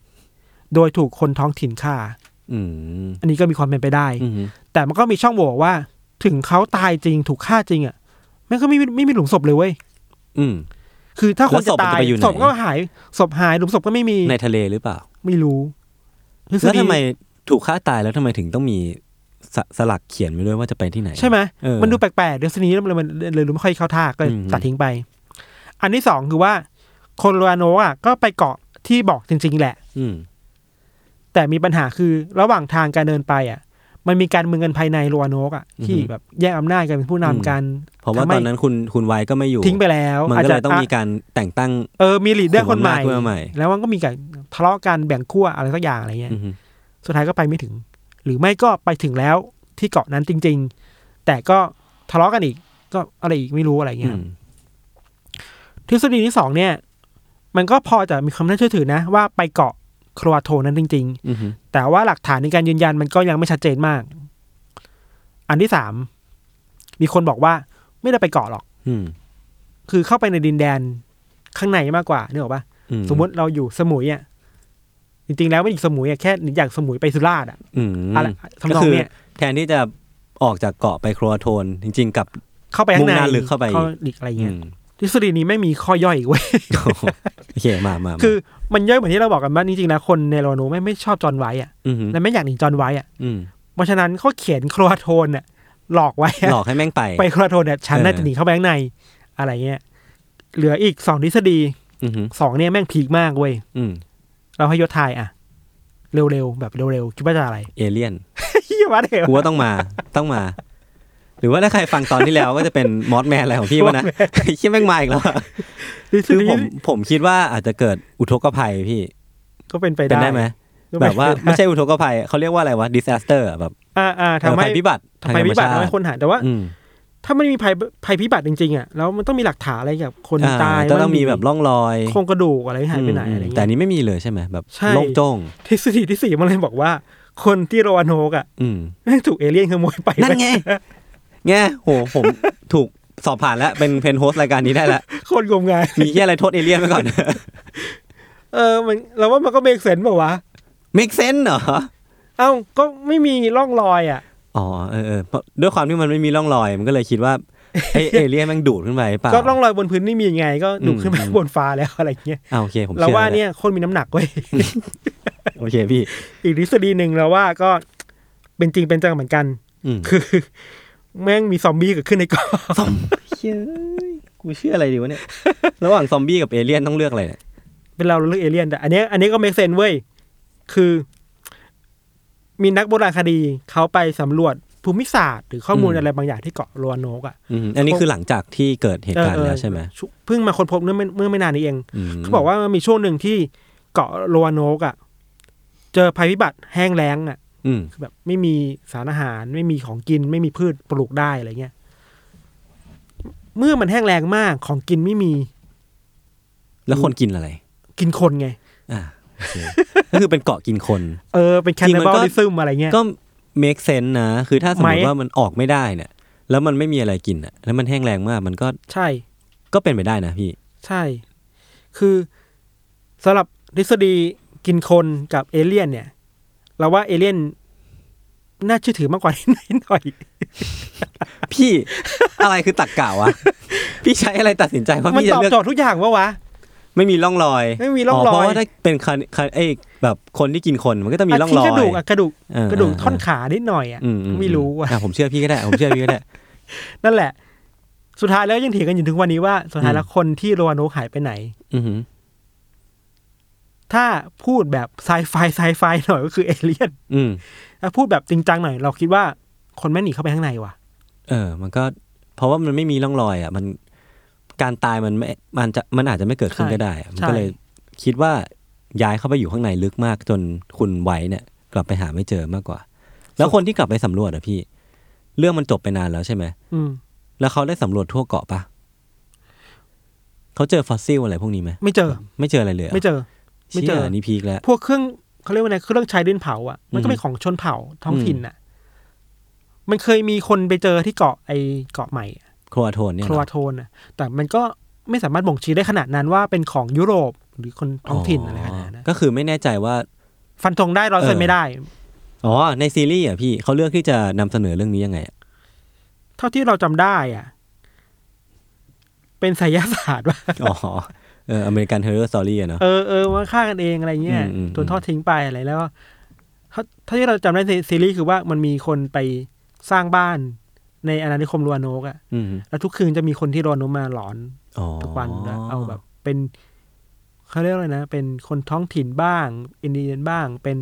Speaker 3: โดยถูกคนท้องถิ่นฆ่า
Speaker 2: อืม
Speaker 3: อันนี้ก็มีความเป็นไปได้
Speaker 2: อืม
Speaker 3: แต่มันก็มีช่องโหว่ว่า ถึงเขาตายจริงถูกฆ่าจริงอ่ะมันก็ไม่มีไม่มีหลุมศพเลยเว้ย
Speaker 2: อืม
Speaker 3: คือถ้าคนจะ
Speaker 2: แล้วศพมัน
Speaker 3: ตาย
Speaker 2: จะไปอยู่ไหน
Speaker 3: ศพก็หายศพหายหลุมศพก็ไม่มี
Speaker 2: ในทะเลหรือเปล่า
Speaker 3: ไม่รู้ทฤษ
Speaker 2: แล้ว
Speaker 3: ฎี
Speaker 2: ทำไมถูกฆ่าตายแล้วทำไมถึงต้องมีสสลักเขียนไว้ด้วยว่าจะไปที่ไหน
Speaker 3: ใช่ไหม
Speaker 2: เออ
Speaker 3: มันดูแปลกๆทฤษฎีนี้มันเลยรู้ไม่ค่อยเข้าท่าก็เลย
Speaker 2: อืม
Speaker 3: ตัดทิ้งไป อันที่สองคือว่า คนโรอาโนอ่ะก็ไปเกาะที่บอกจริง ๆ แหละ
Speaker 2: อืม
Speaker 3: แต่มีปัญหาคือระหว่างทางการเดินไปอ่ะ มันมีการเมืองกันภายในโรอาโนกอ่ะที่แบบแย่งอำนาจกันเป็นผู้นำกัน
Speaker 2: เพราะว่า
Speaker 3: ทำไม
Speaker 2: ตอนนั้นคุณคุณไวก็ไม่อยู่
Speaker 3: ทิ้งไปแล้ว
Speaker 2: มัน
Speaker 3: อาจ
Speaker 2: ก็
Speaker 3: จะ
Speaker 2: เลยต้องมีการแต่งตั้ง
Speaker 3: เออ มีลีดเดอร์
Speaker 2: ขุ
Speaker 3: คน น
Speaker 2: อำ
Speaker 3: ให
Speaker 2: นาจ
Speaker 3: ม่
Speaker 2: ขึ้นมาใหม่
Speaker 3: แล้วมันก็มีการทะเลาะกันแบ่งขั้วอะไรสักอย่างอะไรเงี้ย
Speaker 2: อือฮึ
Speaker 3: สุดท้ายก็ไปไม่ถึง หรือไม่ก็ไปถึงแล้วที่เกาะนั้นจริง ๆ แต่ก็ทะเลาะกันอีก ก็อะไรอีกไม่รู้อะไรเงี้ย ทฤษฎีที่สองเนี่ย มันก็พอจะมีความน่าเชื่อถือนะ ว่าไปเกาะโครวาโทนั้นจริง
Speaker 2: อืมอืม
Speaker 3: ๆ แต่ว่าหลักฐานในการยืนยันมันก็ยังไม่ชัดเจนมาก อันที่สามมีคนบอกว่าไม่ได้ไปเกาะหรอก
Speaker 2: อืม
Speaker 3: คือเข้าไปในดินแดนข้างในมากกว่าเนี่ยหรอกปะ
Speaker 2: อื
Speaker 3: สมมติเราอยู่สมุยอ่ะจริงๆแล้วไม่อีกสมุยอ่ะแค่หนีจากสมุยไปสุราษฎร์อ่ะ
Speaker 2: อืม
Speaker 3: อะไรทำนองเนี้ย
Speaker 2: แทนที่จะออกจากเกาะไปครัวโทน จริง ๆ กับ
Speaker 3: เข้าไปข้างใน
Speaker 2: มุ่งหน้าลึกเข้าไปอีก
Speaker 3: อีกอะไร
Speaker 2: อื
Speaker 3: เงี้ย
Speaker 2: ม
Speaker 3: ทฤษฎีนี้ไม่มีข้อย่อยอีกเว้ย
Speaker 2: โอเคมามามา
Speaker 3: คือมันย่อยเหมือนที่เราบอกกันว่าจริงๆแล้วคนในโรนูไม่ไม่ชอบจอห์นไว้อ่ะ
Speaker 2: อืม
Speaker 3: และไม่อยากหนีจอห์นไว้อ่ะ
Speaker 2: อืม
Speaker 3: เพราะฉะนั้นเขาเขียนโครวาโทนอ่ะหลอกไว้อะ
Speaker 2: หลอกให้แม่งไป
Speaker 3: ไปโครวาโทนเนี่ยฉันน่า
Speaker 2: เออ
Speaker 3: จะหนีเข้าไปข้างในอะไรเงี้ยเหลืออีกสองทฤษฎี
Speaker 2: อืม
Speaker 3: สองเนี่ยแม่งพีคมากเว้ย
Speaker 2: อืม
Speaker 3: เราให้ยศทายอ่ะเร็วๆแบบเร็วๆคิดว่าจะอะไร
Speaker 2: เอเลี่ยน
Speaker 3: เฮียวัดเหรอ
Speaker 2: กูว่าต้องมาต้องมา หรือว่าถ้าใครฟังตอนที่แล้วก็จะเป็นมอสแมนอะไรของพี่วะนะ ไอ้เหี้ยแม่งมาอีกแล้วอะ
Speaker 3: ทฤษ
Speaker 2: คือ
Speaker 3: ฎี
Speaker 2: ผมผมคิดว่าอาจจะเกิดอุทกภัยพี่
Speaker 3: ก็เป็นไป
Speaker 2: เป็น
Speaker 3: ได้
Speaker 2: ได้ไหมแบบว่าไม่ใช่อุทกภัยเขาเรียกว่าอะไรวะดิส a s t e r อะแบบ
Speaker 3: อ่าอ่าทำให้
Speaker 2: ภัยพิบัติทาง
Speaker 3: ภัย
Speaker 2: ธรรม
Speaker 3: พิบัติ
Speaker 2: ชา
Speaker 3: ทำ
Speaker 2: ติ
Speaker 3: ให้คนหายแต่ว่า
Speaker 2: อืม
Speaker 3: ถ้ามันมีภัยภัยพิบัติจริงๆอ่ะแล้วมันต้องมีหลักฐานอะไรกับคน
Speaker 2: อ่
Speaker 3: ตาย
Speaker 2: ก็ต้องมีแบบร่องรอย
Speaker 3: โครงกระดูกอะไรหายไปไหน
Speaker 2: ม
Speaker 3: อะไร
Speaker 2: แต่
Speaker 3: เงี้ย
Speaker 2: อันนี้ไม่มีเลยใช่ไหมแบบ
Speaker 3: ใช่
Speaker 2: โล่งโจ้ง
Speaker 3: ทฤษฎีที่สี่มันเลยบอกว่า คนที่โรอาโนกอ่ะ
Speaker 2: อืม
Speaker 3: แม่งถูกเอเลี่ยนขโมยไป
Speaker 2: นั่น ไงแง่โหผม ถูกสอบผ่านแล้ว เป็นเพนโฮสรายการนี้ได้แล้ว
Speaker 3: คนงมงาย
Speaker 2: มีแค่อะไรโทษเอเลี่ยนไปก่อน
Speaker 3: เออมันเราว่ามันก็เบกเซนบอกว่าวะ
Speaker 2: เมกเซนเหรอ
Speaker 3: เอ้าก็ไม่มีร่องรอยอ่ะ
Speaker 2: อ๋อเออเออเพราะด้วยความที่มันไม่มีร่องรอย มันก็เลยคิดว่า ไอเอเลี่ยนแมันดูดขึ้นไปเปล่า
Speaker 3: ก็ร่องรอยบนพื้นไม่มียังไง ก็ดู
Speaker 2: อืม
Speaker 3: ขึ้นไป
Speaker 2: อืม
Speaker 3: บนฟ้าแล้วอะไรเงี้ย
Speaker 2: อ่าโอเคผม
Speaker 3: เรา
Speaker 2: เชื่อ
Speaker 3: ว่า
Speaker 2: แล้ว
Speaker 3: เนี่ยคนมีน้ำหนักเว้ย
Speaker 2: โอเคพี่
Speaker 3: อีกทฤษฎีหนึ่งแล้วว่าก็เป็นจริงเป็นจังเหมือนกัน
Speaker 2: อืม
Speaker 3: คือ แม่งมีซอมบี้เกิดขึ้นในกอง
Speaker 2: เฮ้ยกูเชื่ออะไรดีวะเนี่ย ระหว่างซอมบี้กับเอเลี่ยนต้องเลือกอะไรเนี่ย
Speaker 3: เป็นเราเราเลือกเอเลี่ยนแต่อันเนี้ยอันนี้ก็เมคเซนเว้ย คือ มีนักโบราณคดีเขาไปสำรวจภูมิศาสตร์ หรือข้อมูลอะไรบางอย่างที่เกาะโรัวโนกอ่ะ
Speaker 2: อืมอันนี้คือหลังจากที่เกิดเหตุการณ์แล้วใช่ไหม
Speaker 3: ชุเพิ่งมาค้นพบเมื่อไม่เมื่อไม่นานนี้เอง
Speaker 2: ม
Speaker 3: เขาบอกว่ามันมีช่วงหนึ่งที่เกาะโรวาโนกอะเจอภัยพิบัติแห้งแล้งอะ
Speaker 2: อืม
Speaker 3: คือแบบไม่มีสารอาหาร ไม่มีของกิน ไม่มีพืชปลูกได้อะไรเงี้ย เมื่อมันแห้งแล้งมากของกินไม่มี
Speaker 2: แล้วคนกินอะไร
Speaker 3: กินคนไง
Speaker 2: อ่าโอเคก็คือเป็นเกาะกินคน
Speaker 3: เออ เป็นแค
Speaker 2: จริง
Speaker 3: น
Speaker 2: มัน
Speaker 3: เบ
Speaker 2: ก็
Speaker 3: ลลิซึมอะไรเงี้ย
Speaker 2: ก็ make sense นะ คือถ้าสมมติ
Speaker 3: ไหม
Speaker 2: ว่ามันออกไม่ได้เนี่ย แล้วมันไม่มีอะไรกินอ่ะ แล้วมันแห้งแรงมาก มันก็
Speaker 3: ใช่
Speaker 2: ก็เป็นไปได้นะพี่
Speaker 3: ใช่ คือสำหรับทฤษฎีกินคนกับเอเลี่ยนเนี่ย เราว่าเอเลี่ยนน่าเชื่อถือมาก กว่านิดหน่อย
Speaker 2: พี่ อะไรคือตักกะ วะ พี่ใช้อะไรตัดสินใจว่า
Speaker 3: มัน
Speaker 2: พี่จะ
Speaker 3: ตอบ
Speaker 2: เลือก
Speaker 3: โจทย์ทุกอย่างวะวะ
Speaker 2: ไม่มีร่องรอย
Speaker 3: ไม่มีร่องรอย
Speaker 2: เพราะว่าถ้าเป็นคันคันเอ้ยแบบคนที่กินคนมันก็ต้องมีร่องรอย
Speaker 3: ที่กระดูกอะกระดูก
Speaker 2: เออก
Speaker 3: ระดูกท่อนขานิดหน่อยอ่ะ
Speaker 2: อือื
Speaker 3: ไม่รู้อ่ะ
Speaker 2: อ่ะผมเชื่อพี่ก็ได้ ผมเชื่อพี่ก็ได้
Speaker 3: นั่นแหละ สุดท้ายแล้วยังเถียงกันอยู่ถึงวันนี้ว่าสุดท้ายแล้วคนที่โรวาโนกหายไปไหน
Speaker 2: อือหือ
Speaker 3: ถ้าพูดแบบไซไฟไซไฟหน่อยก็คือเอเลี่ยน
Speaker 2: อืม
Speaker 3: ถ้าพูดแบบจริงจังหน่อยเราคิดว่าคนแม่งหนีเข้าไปข้างในว่ะ
Speaker 2: เออ มันก็ เพราะว่ามันไม่มีร่องรอยอ่ะ มันการตายมันไม่ มันจะมันอาจจะไม่เกิดขึ้น
Speaker 3: ใช่
Speaker 2: ก็ได้อะมัน
Speaker 3: ใช่
Speaker 2: ก็เลยคิดว่าย้ายเข้าไปอยู่ข้างในลึกมากจนคุณไว้เนี่ย กลับไปหาไม่เจอมากกว่า แล้วคนที่กลับไปสำรวจอ่ะพี่ เรื่องมันจบไปนานแล้วใช่ไหม
Speaker 3: อืม
Speaker 2: แล้วเขาได้สำรวจทั่วเกาะปะเขาเจอฟอสซิลอะไรพวกนี้ไหม
Speaker 3: ไม่เจอ
Speaker 2: ไม่เจออะไรเลยหร
Speaker 3: ไม่เจอ ไม่เจอ
Speaker 2: ชี่ยนี่พีคแล้ว
Speaker 3: พวกเครื่องเขาเรียกว่าไงเครื่องใช้ดินเผาอ่ะมันก็
Speaker 2: อืม
Speaker 3: เป็นของชนเผ่าท้องถิ่นอ่ะ มันเคยมีคนไปเจอที่เกาะไอเกาะใหม่อะ
Speaker 2: โครอาโทนเนี่ย
Speaker 3: โค
Speaker 2: เห
Speaker 3: ร
Speaker 2: รอ
Speaker 3: วาโทนอ่ะ แต่มันก็ไม่สามารถบ่งชี้ได้ขนาดนั้นว่าเป็นของยุโรปหรือคนท้องถิ่นอะไรขนาดนั้นนะ
Speaker 2: ก็คือไม่แน่ใจว่า
Speaker 3: ฟันธงได้ร้อยเปอร์เซ็นต์ไม่ได้
Speaker 2: อ๋อ ในซีรีส์อ่ะพี่เขาเลือกที่จะนำเสนอเรื่องนี้ยังไงอะ
Speaker 3: เท่าที่เราจำได้อ่ะ เป็นไสยศาสตร์ ว่า
Speaker 2: อ๋อ เอออเมริกันเฮอร์เรอร์สตอรี่อะเนาะ
Speaker 3: เออเออมาฆ่ากันเองอะไรเงี้ย
Speaker 2: อืมอืม
Speaker 3: โดนทอดทิ้งไปอะไรแล้วก็เท่าเท่าที่เราจำได้ในซีรีส์คือว่ามันมีคนไปสร้างบ้านในอาณานิคมรัวโนกอ่ะ
Speaker 2: อืม
Speaker 3: แล้วทุกคืนจะมีคนที่รัวโนกมาหลอน
Speaker 2: อ๋อ
Speaker 3: ทุกวันนะเอาแบบ เป็นเขาเรียกอะไรนะ เป็นคนท้องถิ่นบ้าง อินเดียนบ้าง เป็น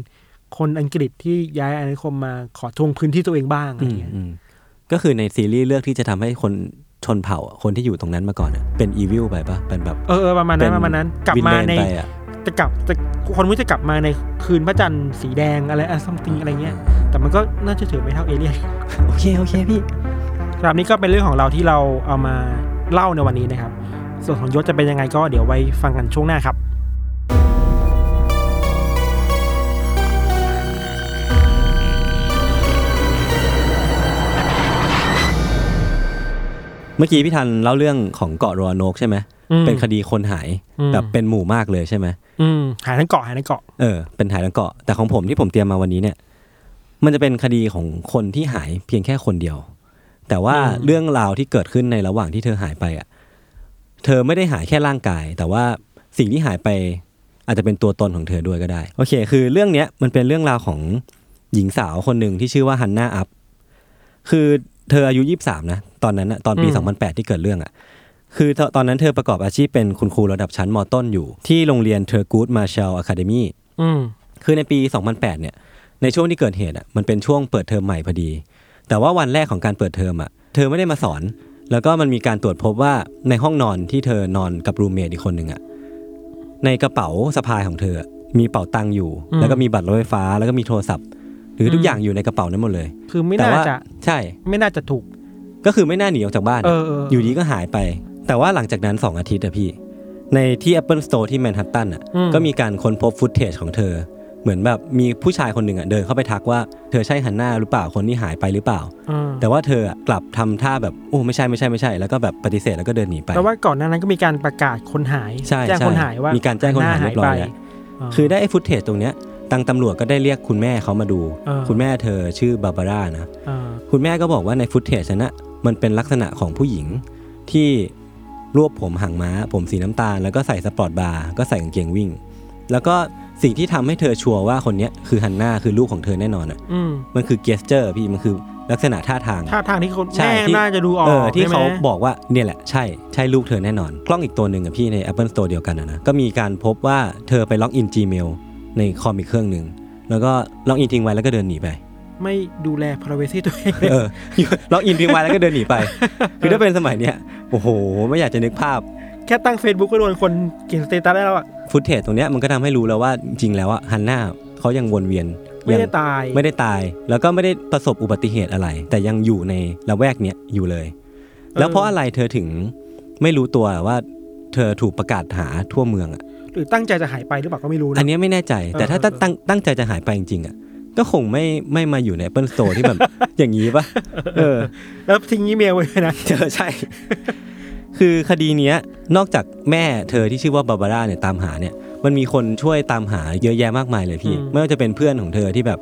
Speaker 3: คนอังกฤษที่ย้ายอาณานิคมมาขอทวงพื้นที่ตัวเองบ้างอะ
Speaker 2: อื
Speaker 3: ไร
Speaker 2: ม
Speaker 3: เงี้ย
Speaker 2: อืมก็คือในซีรีส์เลือกที่จะทำให้คนชนเผ่าอะคนที่อยู่ตรงนั้นมาก่อนอะเป็นอีวิลไปปะเป็นแบบ
Speaker 3: เออเออประมาณนั้นประมาณนั้น กลับมา
Speaker 2: วิลเล
Speaker 3: ใน
Speaker 2: ไปอะ
Speaker 3: จะกลับจะคนมุ้จะกลับมาในคืนพระจันทร์สีแดงอะไรอะซัมติงอะไรเงี้ย แต่มันก็น่าจะถือไม่เท่าเอเลี่ยน
Speaker 2: โอเคโอเคพี่
Speaker 3: ครับนี่ก็เป็นเรื่องของเราที่เราเอามาเล่าในวันนี้นะครับ ส่วนของยศจะเป็นยังไงก็เดี๋ยวไว้ฟังกันช่วงหน้าครับ
Speaker 2: เมื่อกี้พี่ทันเล่าเรื่องของเกาะรัวโนกใช่ไหม
Speaker 3: อืม
Speaker 2: เป็นคดีคนหาย
Speaker 3: อืม
Speaker 2: แบบเป็นหมู่มากเลยใช่ไหม
Speaker 3: อืมหายทั้งเกาะหายทั้งเกาะ
Speaker 2: เออเป็นหายทั้งเกาะแต่ของผมที่ผมเตรียมมาวันนี้เนี่ย มันจะเป็นคดีของคนที่หายเพียงแค่คนเดียว แต่ว่า
Speaker 3: อืม
Speaker 2: เรื่องราวที่เกิดขึ้นในระหว่างที่เธอหายไปอ่ะ เธอไม่ได้หายแค่ร่างกาย แต่ว่าสิ่งที่หายไป อาจจะเป็นตัวตนของเธอด้วยก็ได้โอเค คือเรื่องเนี้ยมันเป็นเรื่องราวของหญิงสาวคนหนึ่งที่ชื่อว่าฮันนาอัพคือเธออายุยี่สามนะตอนนั้นนะตอนปี
Speaker 3: อืม
Speaker 2: สองพันแปดที่เกิดเรื่องอ่ะ คือตตอนนั้นเธอประกอบอาชีพเป็นคุณครูระดับชั้นมต้นอยู่ ที่โรงเรียนเทอร์กูดมาเชลอะคาเดมี
Speaker 3: อืม
Speaker 2: คือในปี 2008 เนี่ย ในช่วงที่เกิดเหตุอ่ะ มันเป็นช่วงเปิดเทอมใหม่พอดี แต่ว่าวันแรกของการเปิดเทอมอ่ะ เธอไม่ได้มาสอน แล้วก็มันมีการตรวจพบว่าในห้องนอนที่เธอนอนกับรูเมทอีกคนหนึ่งอ่ะ ในกระเป๋าสะพายของเธออะมีเป๋าตังค์อยู่
Speaker 3: อืม
Speaker 2: แล้วก็มีบัตรรถไฟฟ้า แล้วก็มีโทรศัพท์ หรือทุกอย่างอยู่ในกระเป๋านั้นหมดเลย
Speaker 3: คือไม่
Speaker 2: แต่
Speaker 3: น่า
Speaker 2: ว่า
Speaker 3: จะ
Speaker 2: ใช่
Speaker 3: ไม่น่าจะถูก
Speaker 2: ก็คือไม่น่าหนีออกจากบ้าน
Speaker 3: เออเออ
Speaker 2: อยู่ดีก็หายไป แต่ว่าหลังจากนั้น 2 อาทิตย์อะพี่ ในที่ Apple Store ที่แมนฮัตตันอะ
Speaker 3: อืม
Speaker 2: ก็มีการค้นพบฟุตเทจของเธอ เหมือนแบบมีผู้ชายคนหนึ่งอะเดินเข้าไปทักว่าเธอใช่ฮันน่าหรือเปล่าคนที่หายไปหรือเปล่า
Speaker 3: อืม
Speaker 2: แต่ว่าเธออะกลับทำท่าแบบโอ้ไม่ใช่ไม่ใช่ไม่ใช่ แล้วก็แบบปฏิเสธแล้วก็เดินหนีไป
Speaker 3: แล้วว่าก่อนหน้านั้นก็มีการประกาศคนหาย
Speaker 2: ใช่
Speaker 3: แจ้ง
Speaker 2: ใช่
Speaker 3: คนหายว่า
Speaker 2: มีการแจ้งคนหายเรียบร้อยแล้ว
Speaker 3: า
Speaker 2: คือได้ไอ้ฟุตเทจตรงเนี้ยทางตำรวจก็ได้เรียกคุณแม่เขามาดู
Speaker 3: เออ
Speaker 2: คุณแม่เธอชื่อบาบาร่านะ
Speaker 3: อ่า
Speaker 2: คุณแม่ก็บอกว่าในฟุตเทจนั้นนะมันเป็นลักษณะของผู้หญิงที่รวบผมหางม้า ผมสีน้ำตาล แล้วก็ใส่สปอร์ตบาร์ก็ใส่กางเกงวิ่ง แล้วก็ สิ่งที่ทำให้เธอชัวร์ว่าคนเนี้ยคือฮันน่าคือลูกของเธอแน่นอนอ่ะ
Speaker 3: อืม
Speaker 2: มันคือเกสเจอร์พี่มันคือลักษณะท่าทาง
Speaker 3: ท่าทางที่คน
Speaker 2: ใช่
Speaker 3: แม่
Speaker 2: ที่
Speaker 3: น่าจะดูออก
Speaker 2: เออที่
Speaker 3: ใช่ไหม
Speaker 2: เขาบอกว่าเนี่ยแหละใช่ใช่ลูกเธอแน่นอน กล้องอีกตัวหนึ่งกับพี่ใน Apple Store เดียวกันอะนะก็มีการพบว่าเธอไปล็อกอิน Gmail ในคอมอีกเครื่องหนึ่งแล้วก็ล็อกอินทิ้งไว้แล้วก็เดินหนีไป
Speaker 3: ไม่ดูแล privacy ตัวเอง
Speaker 2: เออล็อกอินทิ้งไว้แล้วก็เดินหนีไป คือถ้าเป็นสมัยเนี้ยโอ้โห ไม่อยากจะนึกภาพ
Speaker 3: แค่ตั้ง Facebook ก็โดนคนเขียนสเตตัสได้แล้วอ่ะ
Speaker 2: ฟุตเทจตรงเนี้ยมันก็ทำให้รู้แล้วว่าจริงๆแล้วอะฮันน่าเขายังวนเวียน
Speaker 3: ไม่ได้
Speaker 2: ยัง
Speaker 3: ตาย
Speaker 2: ไม่ได้ตาย แล้วก็ไม่ได้ประสบอุบัติเหตุอะไร แต่ยังอยู่ในละแวกเนี้ยอยู่เลย แล้วเพราะอะไรเธอถึงไม่รู้ตัวว่าเธอถูกประกาศหาทั่วเมืองอะ
Speaker 3: หรือตั้งใจจะหายไปหรือเปล่าก็ไม่รู้นะ
Speaker 2: อันเนี้ยไม่แน่ใจ แต่ถ้า
Speaker 3: เออเออ
Speaker 2: ตั้งตั้งใจจะหายไปจริงๆอะก็คงไม่ไม่มาอยู่ใน Apple Store ที่แบบ อย่างนี้ปะเออ
Speaker 3: แล้วทิ้งอีเมลไว้ด้วยนะ
Speaker 2: เธอใช่ คือคดีเนี้ยนอกจากแม่เธอที่ชื่อว่าบาบาร่าเนี่ยตามหาเนี่ย มันมีคนช่วยตามหาเยอะแยะมากมายเลยพี่
Speaker 3: อืม
Speaker 2: ไม่ว่าจะเป็นเพื่อนของเธอที่แบบ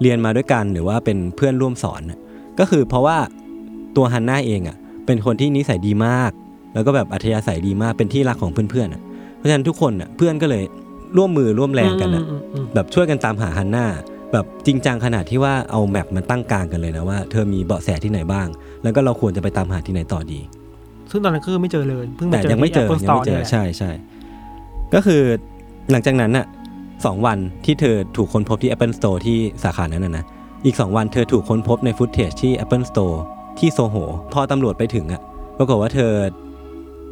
Speaker 2: เรียนมาด้วยกันหรือว่าเป็นเพื่อนร่วมสอนน่ะก็คือเพราะว่าตัวฮันน่าเองอ่ะ เป็นคนที่นิสัยดีมาก แล้วก็แบบอัธยาศัยดีมากเป็นที่รักของเพื่อนๆอ่ะเพราะฉะนั้นทุกคนอ่ะเพื่อนก็เลยร่วมมือร่วมแรงกันอ่ะ
Speaker 3: อืมอืมอืม
Speaker 2: แบบช่วยกันตามหาฮันน่าแบบจริงจังขนาดที่ว่าเอาแมปมันตั้งกลางกันเลยนะว่าเธอมีเบาะแสที่ไหนบ้าง แล้วก็เราควรจะไปตามหาที่ไหนต่อดี
Speaker 3: ซึ่งตอนนั้นก็คือไม่เจอเลยเพิ่งมา
Speaker 2: แต่
Speaker 3: เจอ
Speaker 2: ยังไม่เจอ
Speaker 3: ที่ Apple
Speaker 2: ยัง
Speaker 3: Store
Speaker 2: ไม่เจอ
Speaker 3: นี่ยแหละ
Speaker 2: ใช่ใช่ก็คือหลังจากนั้นน่ะสองวันที่เธอถูกค้นพบที่ Apple Store ที่สาขานั้นน่ะนะอีก 2 วันเธอถูกค้นพบในฟุตเทจที่ Apple Store ที่โซโห พอตำรวจไปถึงอ่ะปรากฏว่าเธอ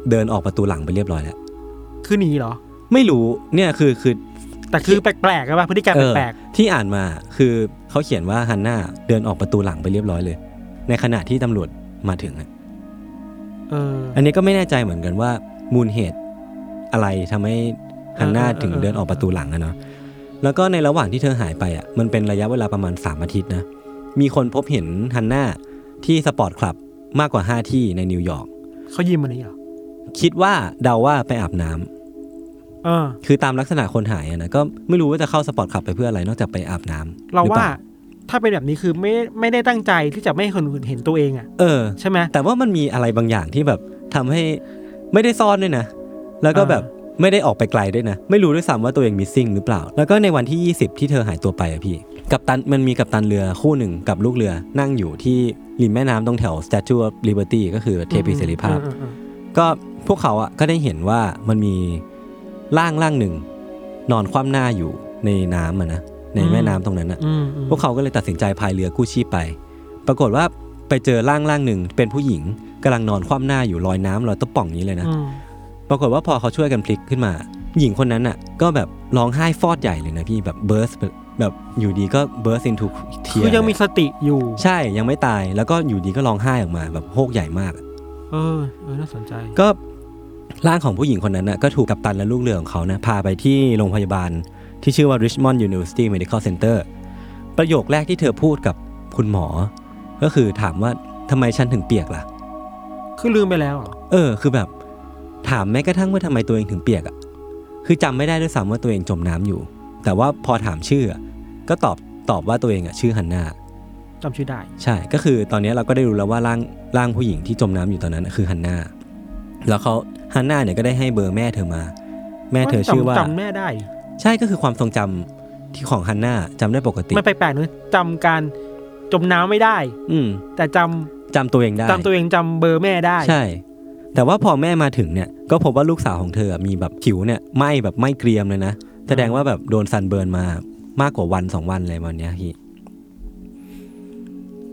Speaker 2: เดินออกประตูหลังไปเรียบร้อยแล้ว
Speaker 3: คือหนีเหรอ
Speaker 2: ไม่รู้เนี่ยคือคือ
Speaker 3: แต่คือแปลกๆอะป่ะพฤติกรรม
Speaker 2: เออ
Speaker 3: แปลก
Speaker 2: ที่อ่านมาคือเขาเขียนว่าฮันน่าเดินออกประตูหลังไปเรียบร้อยเลย ในขณะที่ตำรวจมาถึงอะ
Speaker 3: ๆเออ
Speaker 2: อันนี้ก็ไม่แน่ใจเหมือนกันว่ามูลเหตุอะไรทำให้ฮันน่าถึงเดินออกประตูหลังอะเนาะแล้วก็ในระหว่างที่เธอหายไปอะมันเป็นระยะเวลาประมาณ 3 อาทิตย์นะ มีคนพบเห็นฮันน่าที่สปอร์ตคลับมากกว่า 5 ที่ในนิวยอร์ก
Speaker 3: เขายิ้มมันนี้เหรอ
Speaker 2: คิดว่าเดาว่าไปอาบน้ำ
Speaker 3: เออ
Speaker 2: คือตามลักษณะคนหายอะนะก็ไม่รู้ว่าจะเข้าสปอร์ตคลับไปเพื่ออะไรนอกจากไปอาบน้ำ
Speaker 3: เรา
Speaker 2: หอป
Speaker 3: ว่า
Speaker 2: ล่
Speaker 3: ถ้าเป็นแบบนี้คือไม่ไม่ได้ตั้งใจที่จะไม่ให้คนอื่นเห็นตัวเองอะ
Speaker 2: เออ
Speaker 3: ใช่ไหม
Speaker 2: แต่ว่ามันมีอะไรบางอย่างที่แบบทำให้ไม่ได้ซ่อนด้วยนะ แล้วก็แบบไม่ได้ออกไปไกลด้วยนะ ไม่รู้ด้วยซ้ำว่าตัวเองมิสซิ่งหรือเปล่า แล้วก็ในวันที่ 20 ที่เธอหายตัวไปอะพี่ กับตันมันมีกับตันเรือคู่หนึ่งกับลูกเรือนั่งอยู่ที่ริมแม่น้ำตรงแถว Statue of Liberty ก็คือเทพีเสรีภาพ
Speaker 3: อืมอืมอืม
Speaker 2: ก็พวกเขาอะก็ได้เห็นว่ามันมีร่างร่างหนึ่ง นอนคว่ำหน้าอยู่ในน้ำอะนะในแม่น้ำตรงนั้นอะ
Speaker 3: อืมอืม
Speaker 2: พวกเขาก็เลยตัดสินใจพายเรือกู้ชีพไป ปรากฏว่าไปเจอร่างร่างหนึ่งเป็นผู้หญิงกำลังนอนคว่ำหน้าอยู่ลอยน้ำลอยตะป่องนี้เลยนะ
Speaker 3: อืม
Speaker 2: ปรากฏว่าพอเขาช่วยกันพลิกขึ้นมา หญิงคนนั้นอ่ะ ก็แบบร้องไห้ฟอดใหญ่เลยนะพี่แบบเบิร์สแบบอยู่ดีก็เบิร์ส into เทีย
Speaker 3: คือยังมีสติอยู่
Speaker 2: ใช่ยังไม่ตายแล้วก็อยู่ดีก็ร้องไห้ออกมาแบบโฮกใหญ่มาก
Speaker 3: เออเออน่าสนใจ
Speaker 2: ก็ร่างของผู้หญิงคนนั้นนะก็ถูกกัปตันและลูกเรือของเขานะพาไปที่โรงพยาบาลที่ชื่อว่า Richmond University Medical Center ประโยคแรกที่เธอพูดกับคุณหมอ ก็คือถามว่าทำไมฉันถึงเปียกล่ะ
Speaker 3: คือลืมไปแล้วเหรอ
Speaker 2: เออ คือแบบถามแม้กระทั่งว่าทำไมตัวเองถึงเปียกอะ่ะ คือจำไม่ได้ด้วยซ้ำว่าตัวเองจมน้ำอยู่ แต่ว่าพอถามชื่ออะก็ตอบตอบว่าตัวเองอะ่ะชื่อฮันนา
Speaker 3: จำชื่อได้
Speaker 2: ใช่ ก็คือตอนนี้เราก็ได้รู้แล้วว่าร่างร่างผู้หญิงที่จมน้ำอยู่ตอนนั้นน่ะคือฮันนาแล้วเขาฮันนาเนี่ยก็ได้ให้เบอร์แม่เธอมา แม่เธอชื่อว่า
Speaker 3: จำจำแม่ได้
Speaker 2: ใช่ก็คือความทรงจำที่ของฮันนาจำได้ปกติ
Speaker 3: มันไปแปลกๆนึกจำการจมน้ำไม่ได้
Speaker 2: อืม
Speaker 3: แต่จำ
Speaker 2: จำตัวเองได้
Speaker 3: จำตัวเองจำเบอร์แม่ได้
Speaker 2: ใช่ แต่ว่าพอแม่มาถึงเนี่ย ก็พบว่าลูกสาวของเธอมีแบบผิวเนี่ยไหม้แบบไหม้เกรียมเลยนะ แสดงว่าแบบโดนซันเบิร์นมามากกว่าวันสองวันอะไรวันเนี้ยพี่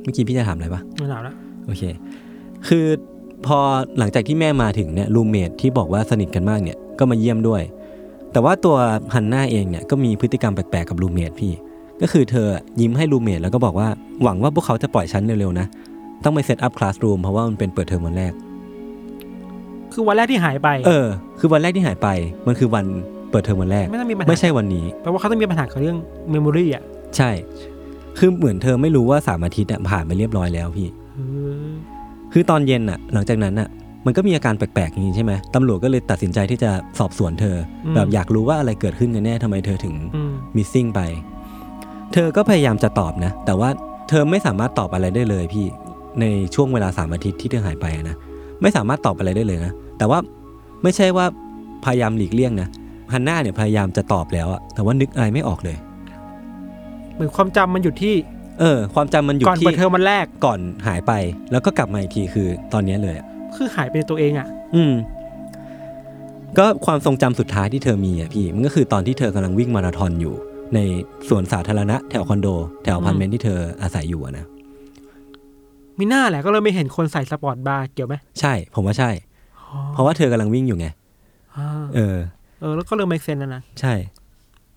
Speaker 2: เมื่อกี้พี่จะถามอะไรปะ
Speaker 3: ไม่หนาวแล้ว
Speaker 2: โอเค คือพอหลังจากที่แม่มาถึงเนี่ยรูเมทที่บอกว่าสนิทกันมากเนี่ยก็มาเยี่ยมด้วย แต่ว่าตัวฮันน่าเองเนี่ยก็มีพฤติกรรมแปลกๆกับรูเมทพี่ ก็คือเธอยิ้มให้รูเมทแล้วก็บอกว่าหวังว่าพวกเขาจะปล่อยฉันเร็วๆนะต้องไปเซตอัพคลาสรูมเพราะว่ามันเป็นเปิดเทอมวันแรก
Speaker 3: คือวันแรกที่หายไป
Speaker 2: เออ คือวันแรกที่หายไป มันคือวันเปิดเทอมวันแรก
Speaker 3: ไม่ต้องมีปัญหา
Speaker 2: ไม่ใช่วันนี้
Speaker 3: แปลว่าเขาต้องมีปัญหากับเรื่องเมมโมรีอ่ะ
Speaker 2: ใช่ คือเหมือนเธอไม่รู้ว่าสามอาทิตย์อะผ่านไปเรียบร้อยแล้วพี่
Speaker 3: เออ
Speaker 2: คือตอนเย็นอะหลังจากนั้นอะมันก็มีอาการแปลกๆอย่างนี้ใช่ไหมตำรวจก็เลยตัดสินใจที่จะสอบสวนเธออแบบอยากรู้ว่าอะไรเกิดขึ้นกันแน่ทำไมเธอถึง
Speaker 3: อืม
Speaker 2: missing ไป เธอก็พยายามจะตอบนะ แต่ว่าเธอไม่สามารถตอบอะไรได้เลยพี่ ในช่วงเวลาสามอาทิตย์ที่เธอหายไปอะนะ ไม่สามารถตอบอะไรได้เลยนะ แต่ว่าไม่ใช่ว่าพยายามหลีกเลี่ยงนะ ฮันน่าเนี่ยพยายามจะตอบแล้วอะแต่ว่านึกอะไรไม่ออกเลย
Speaker 3: เหมือนความจำมันอยู่ที่
Speaker 2: เออ ความจำมันอยู่
Speaker 3: ก่อน
Speaker 2: ที่
Speaker 3: เปิดเทอมมันแรก
Speaker 2: ก่อนหายไป แล้วก็กลับมาอีกทีคือตอนเนี้ยเลยอะ
Speaker 3: คือหายไปในตัวเองอ่ะ
Speaker 2: อืม ก็ความทรงจำสุดท้ายที่เธอมีอ่ะพี่ มันก็คือตอนที่เธอกำลังวิ่งมาราธอนอยู่ ในสวนสาธารณะแถวคอนโด แถวอพาร์ตเมนต์ที่เธออาศัยอยู่อะนะ
Speaker 3: มีหน้าแหละก็เลยไม่เห็นคนใส่สปอร์ตบาร์เกี่ยวไหม
Speaker 2: ใช่ ผมว่าใช่ เพราะว่าเธอกำลังวิ่งอยู่ไง
Speaker 3: อ่า
Speaker 2: เออ
Speaker 3: เออ แล้วก็เริ่ม make sense แล้วนะ
Speaker 2: ใช่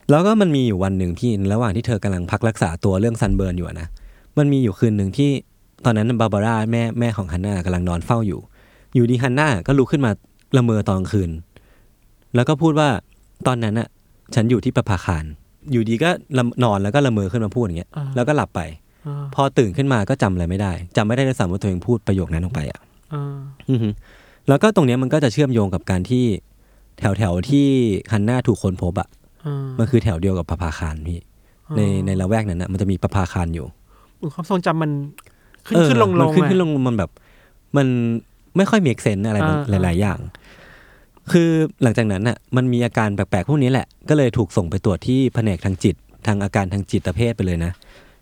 Speaker 2: แล้วก็มันมีอยู่วันหนึ่งพี่ในระหว่างที่เธอกำลังพักรักษาตัวเรื่องซันเบิร์นอยู่อะนะ มันมีอยู่คืนหนึ่งที่ตอนนั้นบาบาร่าแม่แม่ของฮันน่ากำลังนอนเฝ้าอยู่ อยู่ดีฮันน่าก็ลุกขึ้นมาละเมอตอนกลางคืน แล้วก็พูดว่าตอนนั้นอะฉันอยู่ที่ประภาคาร อยู่ดีก็ละนอนแล้วก็ละเมอขึ้นมาพูดอย่างเงี้ย
Speaker 3: อ่า
Speaker 2: แล้วก็หลับไป
Speaker 3: อ่า
Speaker 2: พอตื่นขึ้นมาก็จำอะไรไม่ได้จำไม่ได้ด้วยซ้ำว่าตัวเองพูดประโยคนั้นออกไปอะ
Speaker 3: อ่า
Speaker 2: อือฮึแล้วก็ตรงเนี้ยมันก็จะเชื่อมโยงกับการที่แถวแถวๆที่ฮันน่าถูกค้นพบอะ
Speaker 3: อ่า
Speaker 2: มันคือแถวเดียวกับประภาคารพี่
Speaker 3: อ่า
Speaker 2: ในในละแวกนั้นนะมันจะมีประภาคารอยู่
Speaker 3: เหมือนความทรงจำมันขึ้น
Speaker 2: เออ
Speaker 3: ขึ้นลงล
Speaker 2: มัน
Speaker 3: ง
Speaker 2: ขึ้น
Speaker 3: อะ
Speaker 2: ขึ้นลงมันแบบ มันไม่ค่อยมีเซนอะไรบาง
Speaker 3: อ่า
Speaker 2: หลาย ๆ อย่าง คือหลังจากนั้นน่ะ มันมีอาการแปลก ๆ พวกนี้แหละ ก็เลยถูกส่งไปตรวจที่แผนกทางจิต ทางอาการทางจิตเภทไปเลยนะ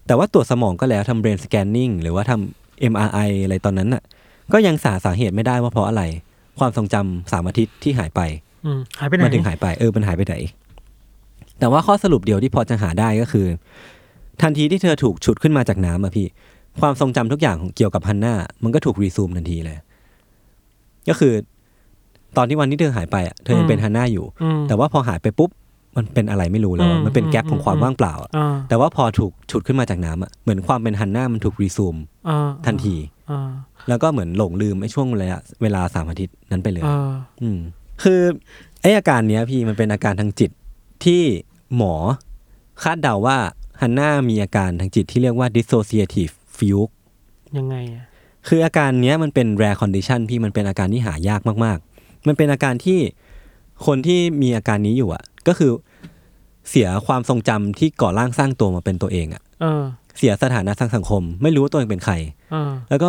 Speaker 2: แต่ว่าตรวจสมองก็แล้วทำ brain scanning หรือว่าทำ MRI อะไรตอนนั้นน่ะ ก็ยังสาสาเหตุไม่ได้ว่าเพราะอะไร ความทรงจำสามอาทิตย์ที่หายไป
Speaker 3: อืมหายไปไหน
Speaker 2: มันถึงหายไปเออมันหายไปไหน แต่ว่าข้อสรุปเดียวที่พอจะหาได้ก็คือ ทันทีที่เธอถูกฉุดขึ้นมาจากน้ำอะพี่ ความทรงจำทุกอย่างของเกี่ยวกับฮันน่ามันก็ถูกรีซูมทันทีเลย ก็คือ ตอนที่วันที่เธอหายไปอะเธอยังเป็นฮันน่าอยู่
Speaker 3: อืม
Speaker 2: แต่ว่าพอหายไปปุ๊บ มันเป็นอะไรไม่รู้แล้วอะ
Speaker 3: อืม
Speaker 2: มันเป็นแก๊ป
Speaker 3: อืม
Speaker 2: ของความ
Speaker 3: อืม
Speaker 2: ว่างเปล่าอะ
Speaker 3: อ่า
Speaker 2: แต่ว่าพอถูกฉุดขึ้นมาจากน้ำอะเหมือนความเป็นฮันน่ามันถูกรีซูม
Speaker 3: อ่า
Speaker 2: ทันที
Speaker 3: อ่า
Speaker 2: แล้วก็เหมือนหลงลืมไอ้ช่วงเวลาเวลาสามอาทิตย์นั้นไปเลย
Speaker 3: อ่า
Speaker 2: อืมคือไออาการเนี้ยพี่มันเป็นอาการทางจิตที่หมอคาดเดาว่าฮันน่ามีอาการทางจิตที่เรียกว่า dissociative fugue
Speaker 3: ยังไงอะ
Speaker 2: คืออาการเนี้ยมันเป็น rare condition พี่มันเป็นอาการที่หายากมากๆ มันเป็นอาการที่คนที่มีอาการนี้อยู่อ่ะ ก็คือเสียความทรงจำที่ก่อร่างสร้างตัวมาเป็นตัวเองอ่ะ
Speaker 3: เออ
Speaker 2: เสียสถานะทางสังคม ไม่รู้ว่าตัวเองเป็นใคร
Speaker 3: เออ
Speaker 2: แล้วก็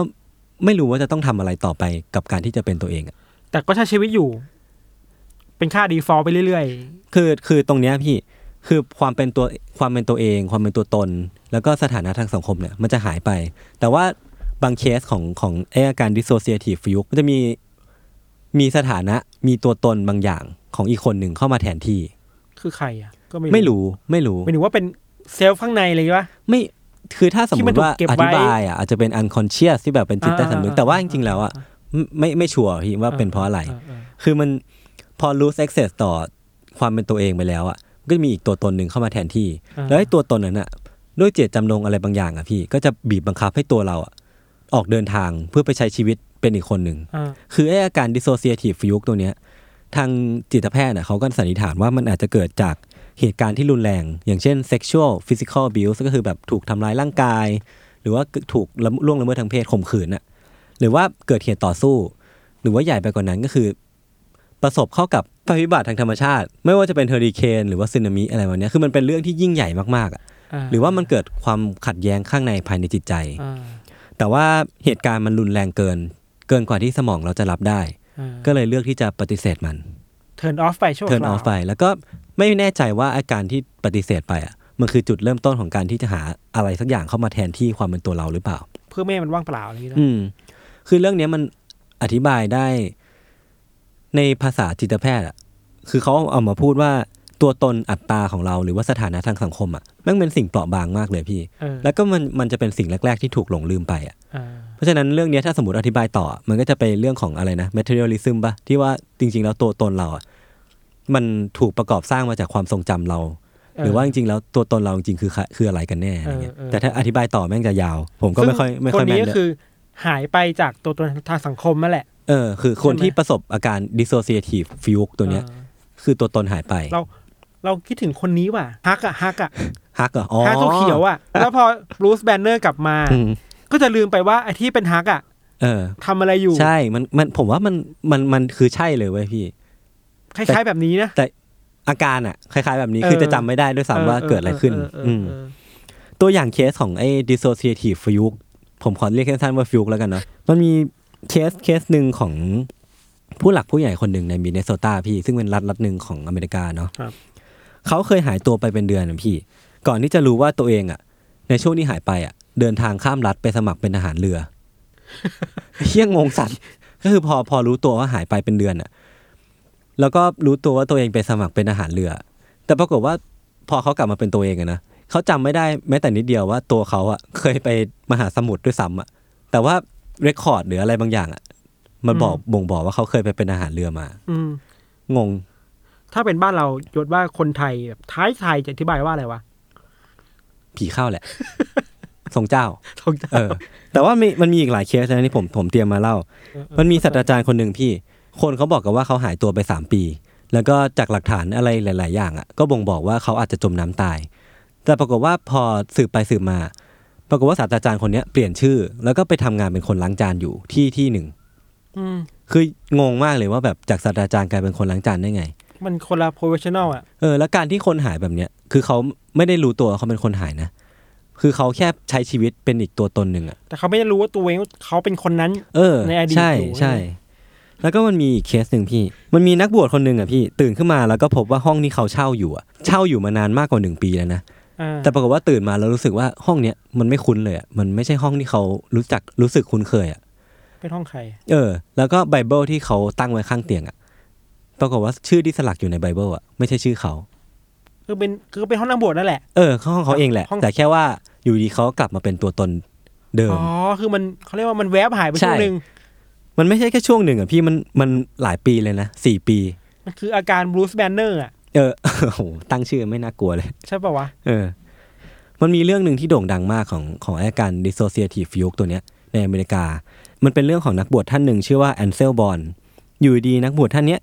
Speaker 2: ไม่รู้ว่าจะต้องทำอะไรต่อไปกับการที่จะเป็นตัวเองอะ
Speaker 3: แต่ก็ใช้ชีวิตอยู่ เป็นค่าดีฟอลต์ไปเรื่อย
Speaker 2: คือคือตรงเนี้ยพี่คือความเป็นตัวความเป็นตัวเอง ความเป็นตัวตน แล้วก็สถานะทางสังคมเนี่ยมันจะหายไป แต่ว่าบางเคสของของไอ้อาการ dissociative fugue มันจะมีมีสถานะมีตัวตนบางอย่างของอีกคนหนึ่งเข้ามาแทนที่
Speaker 3: ๆ คือใครอะก็ไม่
Speaker 2: ไม่รู้ไม่รู้
Speaker 3: หมายถึงว่าเป็นเซลล์ข้างในเลยปะ
Speaker 2: ไม่คือถ้าสมม
Speaker 3: ที่มัน
Speaker 2: ติว่า
Speaker 3: ถูกเก็บ
Speaker 2: อ
Speaker 3: ไว้
Speaker 2: ธิบายอ่ะอาจจะเป็น unconscious ที่แบบเป็นจิตใต้สำนึก
Speaker 3: อ่า
Speaker 2: แต่ว่าจริงๆแล้วอ่ะไม่ไม่ชัวร์พี่ว่าเป็นเพราะอะไร
Speaker 3: อ่าอ่า
Speaker 2: คือมันพอ lose access ต่อความเป็นตัวเองไปแล้วอ่ะก็จะมีอีกตัวตนหนึ่งเข้ามาแทนที่
Speaker 3: อ่า
Speaker 2: แล้วไอ้ตัวตนนั้นอ่ะด้วยเจตจำนงอะไรบางอย่างอ่ะพี่ ก็จะบีบบังคับให้ตัวเราอ่ะออกเดินทางเพื่อไปใช้ชีวิตเป็นอีกคนหนึ่ง
Speaker 3: อ่า
Speaker 2: คือไอ้อาการ dissociative fugue ตัวเนี้ยทางจิตแพทย์น่ะเขาก็สันนิษฐานว่ามันอาจจะเกิดจากเหตุการณ์ที่รุนแรง อย่างเช่น sexual physical abuse ก็คือแบบถูกทำร้ายร่างกาย หรือว่าถูกละล่วงละเมิดทางเพศข่มขืนน่ะหรือว่าเกิดเหตุต่อสู้ หรือว่าใหญ่ไปกว่านนั้นก็คือ ประสบเข้ากับภัยพิบัติทางธรรมชาติ ไม่ว่าจะเป็นเฮอริเคนหรือว่าสึนามิอะไรแบบเนี้ยคือมันเป็นเรื่องที่ยิ่งใหญ่มากๆอะ
Speaker 3: า
Speaker 2: หรือว่ามันเกิดความขัดแย้งข้างในภายในจิตใจ
Speaker 3: อ่า
Speaker 2: แต่ว่าเหตุการณ์มันรุนแรงเกิน เกินกว่าที่สมองเราจะรับได้
Speaker 3: อ่า
Speaker 2: ก็เลยเลือกที่จะปฏิเสธมัน
Speaker 3: turn off ไปชั่วคราว
Speaker 2: เทิร์นออฟไป แล้วก็ไม่แน่ใจว่าอาการที่ปฏิเสธไปอ่ะ มันคือจุดเริ่มต้นของการที่จะหาอะไรสักอย่างเข้ามาแทนที่ความเป็นตัวเราหรือเปล่า
Speaker 3: เพื่อไม่ให้มันว่างเปล่าอะไรอย่างเงี้ย
Speaker 2: อืม คือเรื่องเนี้ยมันอธิบายได้ในภาษาจิตแพทย์อ่ะ คือเขาเอามาพูดว่าตัวตนอัตตาของเราหรือว่าสถานะทางสังคมอ่ะแมันเป็นสิ่งเปราะบางมากเลยพี่
Speaker 3: เออ
Speaker 2: แล้วก็มันมันจะเป็นสิ่งแรก ๆ ที่ถูกหลงลืมไปอ่ะ
Speaker 3: อ่า
Speaker 2: เพราะฉะนั้นเรื่องเนี้ยถ้าสมมติอธิบายต่อ มันก็จะไปเรื่องของอะไรนะ materialism ปะที่ว่าจริง ๆ แล้วตัวตนเราอ่ะมันถูกประกอบสร้างมาจากความทรงจำเรา
Speaker 3: เห
Speaker 2: รือว่าจริง ๆ แล้วตัวตนเราจริงๆคือใครคืออะไรกันแน่อะไรเงี้ย
Speaker 3: เออเออ
Speaker 2: แต่ถ้าอธิบายต่อแม่งจะยาว ผมก็ไม่ค่อยไม่ค่อย
Speaker 3: น
Speaker 2: แม่น
Speaker 3: นี้ก็
Speaker 2: เลย
Speaker 3: คือหายไปจากตัวตนทางสังคมนั่นแหละ
Speaker 2: เออคือคน
Speaker 3: ใช่ไหม
Speaker 2: ที่ประสบอาการ dissociative fugue ตัวเนี้ย
Speaker 3: ออ
Speaker 2: คือตัวตนหายไป
Speaker 3: เราเราคิดถึงคนนี้ว่ะฮักอะฮักอะ
Speaker 2: ฮักเหรออ๋อ
Speaker 3: ฮักตัวเขียวอะแล้วพอรูสแบนเนอร์กลับมา
Speaker 2: อืม
Speaker 3: ก็จะลืมไปว่าไอ้ที่เป็นฮักอะ
Speaker 2: เออ
Speaker 3: ทำอะไรอยู่
Speaker 2: ใช่มันมันผมว่ามันมันมันคือใช่เลยเว้ยพี่
Speaker 3: คล้าย ๆ แบบนี้นะ
Speaker 2: อาการอ่ะคล้ายๆ แบบนี้คือ
Speaker 3: เออ
Speaker 2: จะจำไม่ได้ด้วยซ้ำว่าเกิดอะไรขึ้น
Speaker 3: เเเ
Speaker 2: อืม
Speaker 3: เออ
Speaker 2: ตัวอย่างเคสของไอ้ dissociative fugue ผมขอเรียกสั้นๆว่า fugue แล้วกันเนาะมันมีเคสเคสหนึ่งของ ผู้หลักผู้ใหญ่คนหนึ่งในมินเนโซตาพี่ ซึ่งเป็นรัฐรัฐหนึ่งของอเมริกาเนาะ
Speaker 3: ครับ
Speaker 2: เขาเคยหายตัวไปเป็นเดือนนะพี่ ก่อนที่จะรู้ว่าตัวเองอ่ะ ในช่วงที่หายไปอ่ะ เดินทางข้ามรัฐไปสมัครเป็นทหารเรือ เฮี้ยงงงสัตว์ก็คือพอพอรู้ตัวว่าหายไปเป็นเดือนอ่ะ แล้วก็รู้ตัวว่าตัวเองไปสมัครเป็นทหารเรือ แต่ปรากฏว่าพอเขากลับมาเป็นตัวเองอะนะเขาจำไม่ได้แม้แต่นิดเดียวว่าตัวเขาอะเคยไปมหาสมุทรด้วยซ้ำอะแต่ว่าเรคคอร์ดหรืออะไรบางอย่างอะมันบอกบ่งบอกว่าเขาเคยไปเป็นอาหารเรือมา
Speaker 3: อืม
Speaker 2: งง
Speaker 3: ถ้าเป็นบ้านเรายศว่าคนไทยแบบท้ายไทยจะอธิบายว่าอะไรวะ
Speaker 2: ผีเข้า แหละ ทรงเจ้า
Speaker 3: ทรงเจ้า
Speaker 2: เออ แต่ว่ามีมันมีอีกหลายเคสนะที่ผมผมเตรียมมาเล่า มันมีศาสตราจารย์คนหนึ่งพี่ คนเขาบอกกันว่าเขาหายตัวไปสามปี แล้วก็จากหลักฐานอะไรหลาย ๆ อย่างอ่ะ ก็บ่งบอกว่าเขาอาจจะจมน้ำตาย แต่ปรากฏว่าพอสืบไปสืบมา ปรากฏว่าศาสตราจารย์คนเนี้ยเปลี่ยนชื่อ แล้วก็ไปทำงานเป็นคนล้างจานอยู่ที่ที่หนึ่ง
Speaker 3: อืม
Speaker 2: คืองงมากเลยว่าแบบจากศาสตราจารย์กลายเป็นคนล้างจานได้ไง
Speaker 3: มันคนละโปรเฟชชั่นอลอ่ะ
Speaker 2: เออแล้วการที่คนหายแบบเนี้ย คือเขาไม่ได้รู้ตัวว่าเขาเป็นคนหายนะ คือเขาแค่ใช้ชีวิตเป็นอีกตัวตนหนึ่งอะ
Speaker 3: แต่เขาไม่ได้รู้ว่าตัวเองเขาเป็นคนนั้น
Speaker 2: เออ
Speaker 3: ในอดีต
Speaker 2: ใช่
Speaker 3: อยู่
Speaker 2: ใช่ แล้วก็มันมีอีกเคสหนึ่งพี่ มันมีนักบวชคนหนึ่งอ่ะพี่ ตื่นขึ้นมาแล้วก็พบว่าห้องที่เขาเช่าอยู่อ่ะ เช่าอยู่มานานมากกว่าหนึ่งปีแล้วนะ
Speaker 3: อ่า
Speaker 2: แต่ปรากฏว่าตื่นมาแล้วรู้สึกว่าห้องเนี้ยมันไม่คุ้นเลยอ่ะ มันไม่ใช่ห้องที่เขารู้จักรู้สึกคุ้นเคยอ่ะ
Speaker 3: เป็นห้องใคร
Speaker 2: เออ แล้วก็ไบเบิลที่เขาตั้งไว้ข้างเตียงอ่ะ ปรากฏว่าชื่อที่สลักอยู่ในไบเบิลอ่ะไม่ใช่ชื่อเขา
Speaker 3: คือเป็นคือเป็นห้องนั่งบวชนั่นแหละ
Speaker 2: เออห้องเขาเองแหละ
Speaker 3: ห้อง
Speaker 2: แต่แค่ว่าอยู่ดีเขากลับมาเป็นตัวตนเดิม
Speaker 3: อ๋อ คือมันเขาเรียกว่ามันแวบหายไปช่วงหนึ่ง
Speaker 2: มันไม่ใช่แค่ช่วงหนึ่งอ่ะพี่ มันมันหลายปีเลยนะสี่ปี
Speaker 3: มันคืออาการบรูซแบนเนอร์อ่ะ
Speaker 2: เออ โอ้โหตั้งชื่อไม่น่ากลัวเลย
Speaker 3: ใช่ป่าวะ
Speaker 2: เออ มันมีเรื่องหนึ่งที่โด่งดังมากของของอาการ dissociative fugue ตัวเนี้ย ในอเมริกา มันเป็นเรื่องของนักบวชท่านหนึ่งชื่อว่าแอนเซลบอนอยู่ดีนักบวชท่านเนี้ย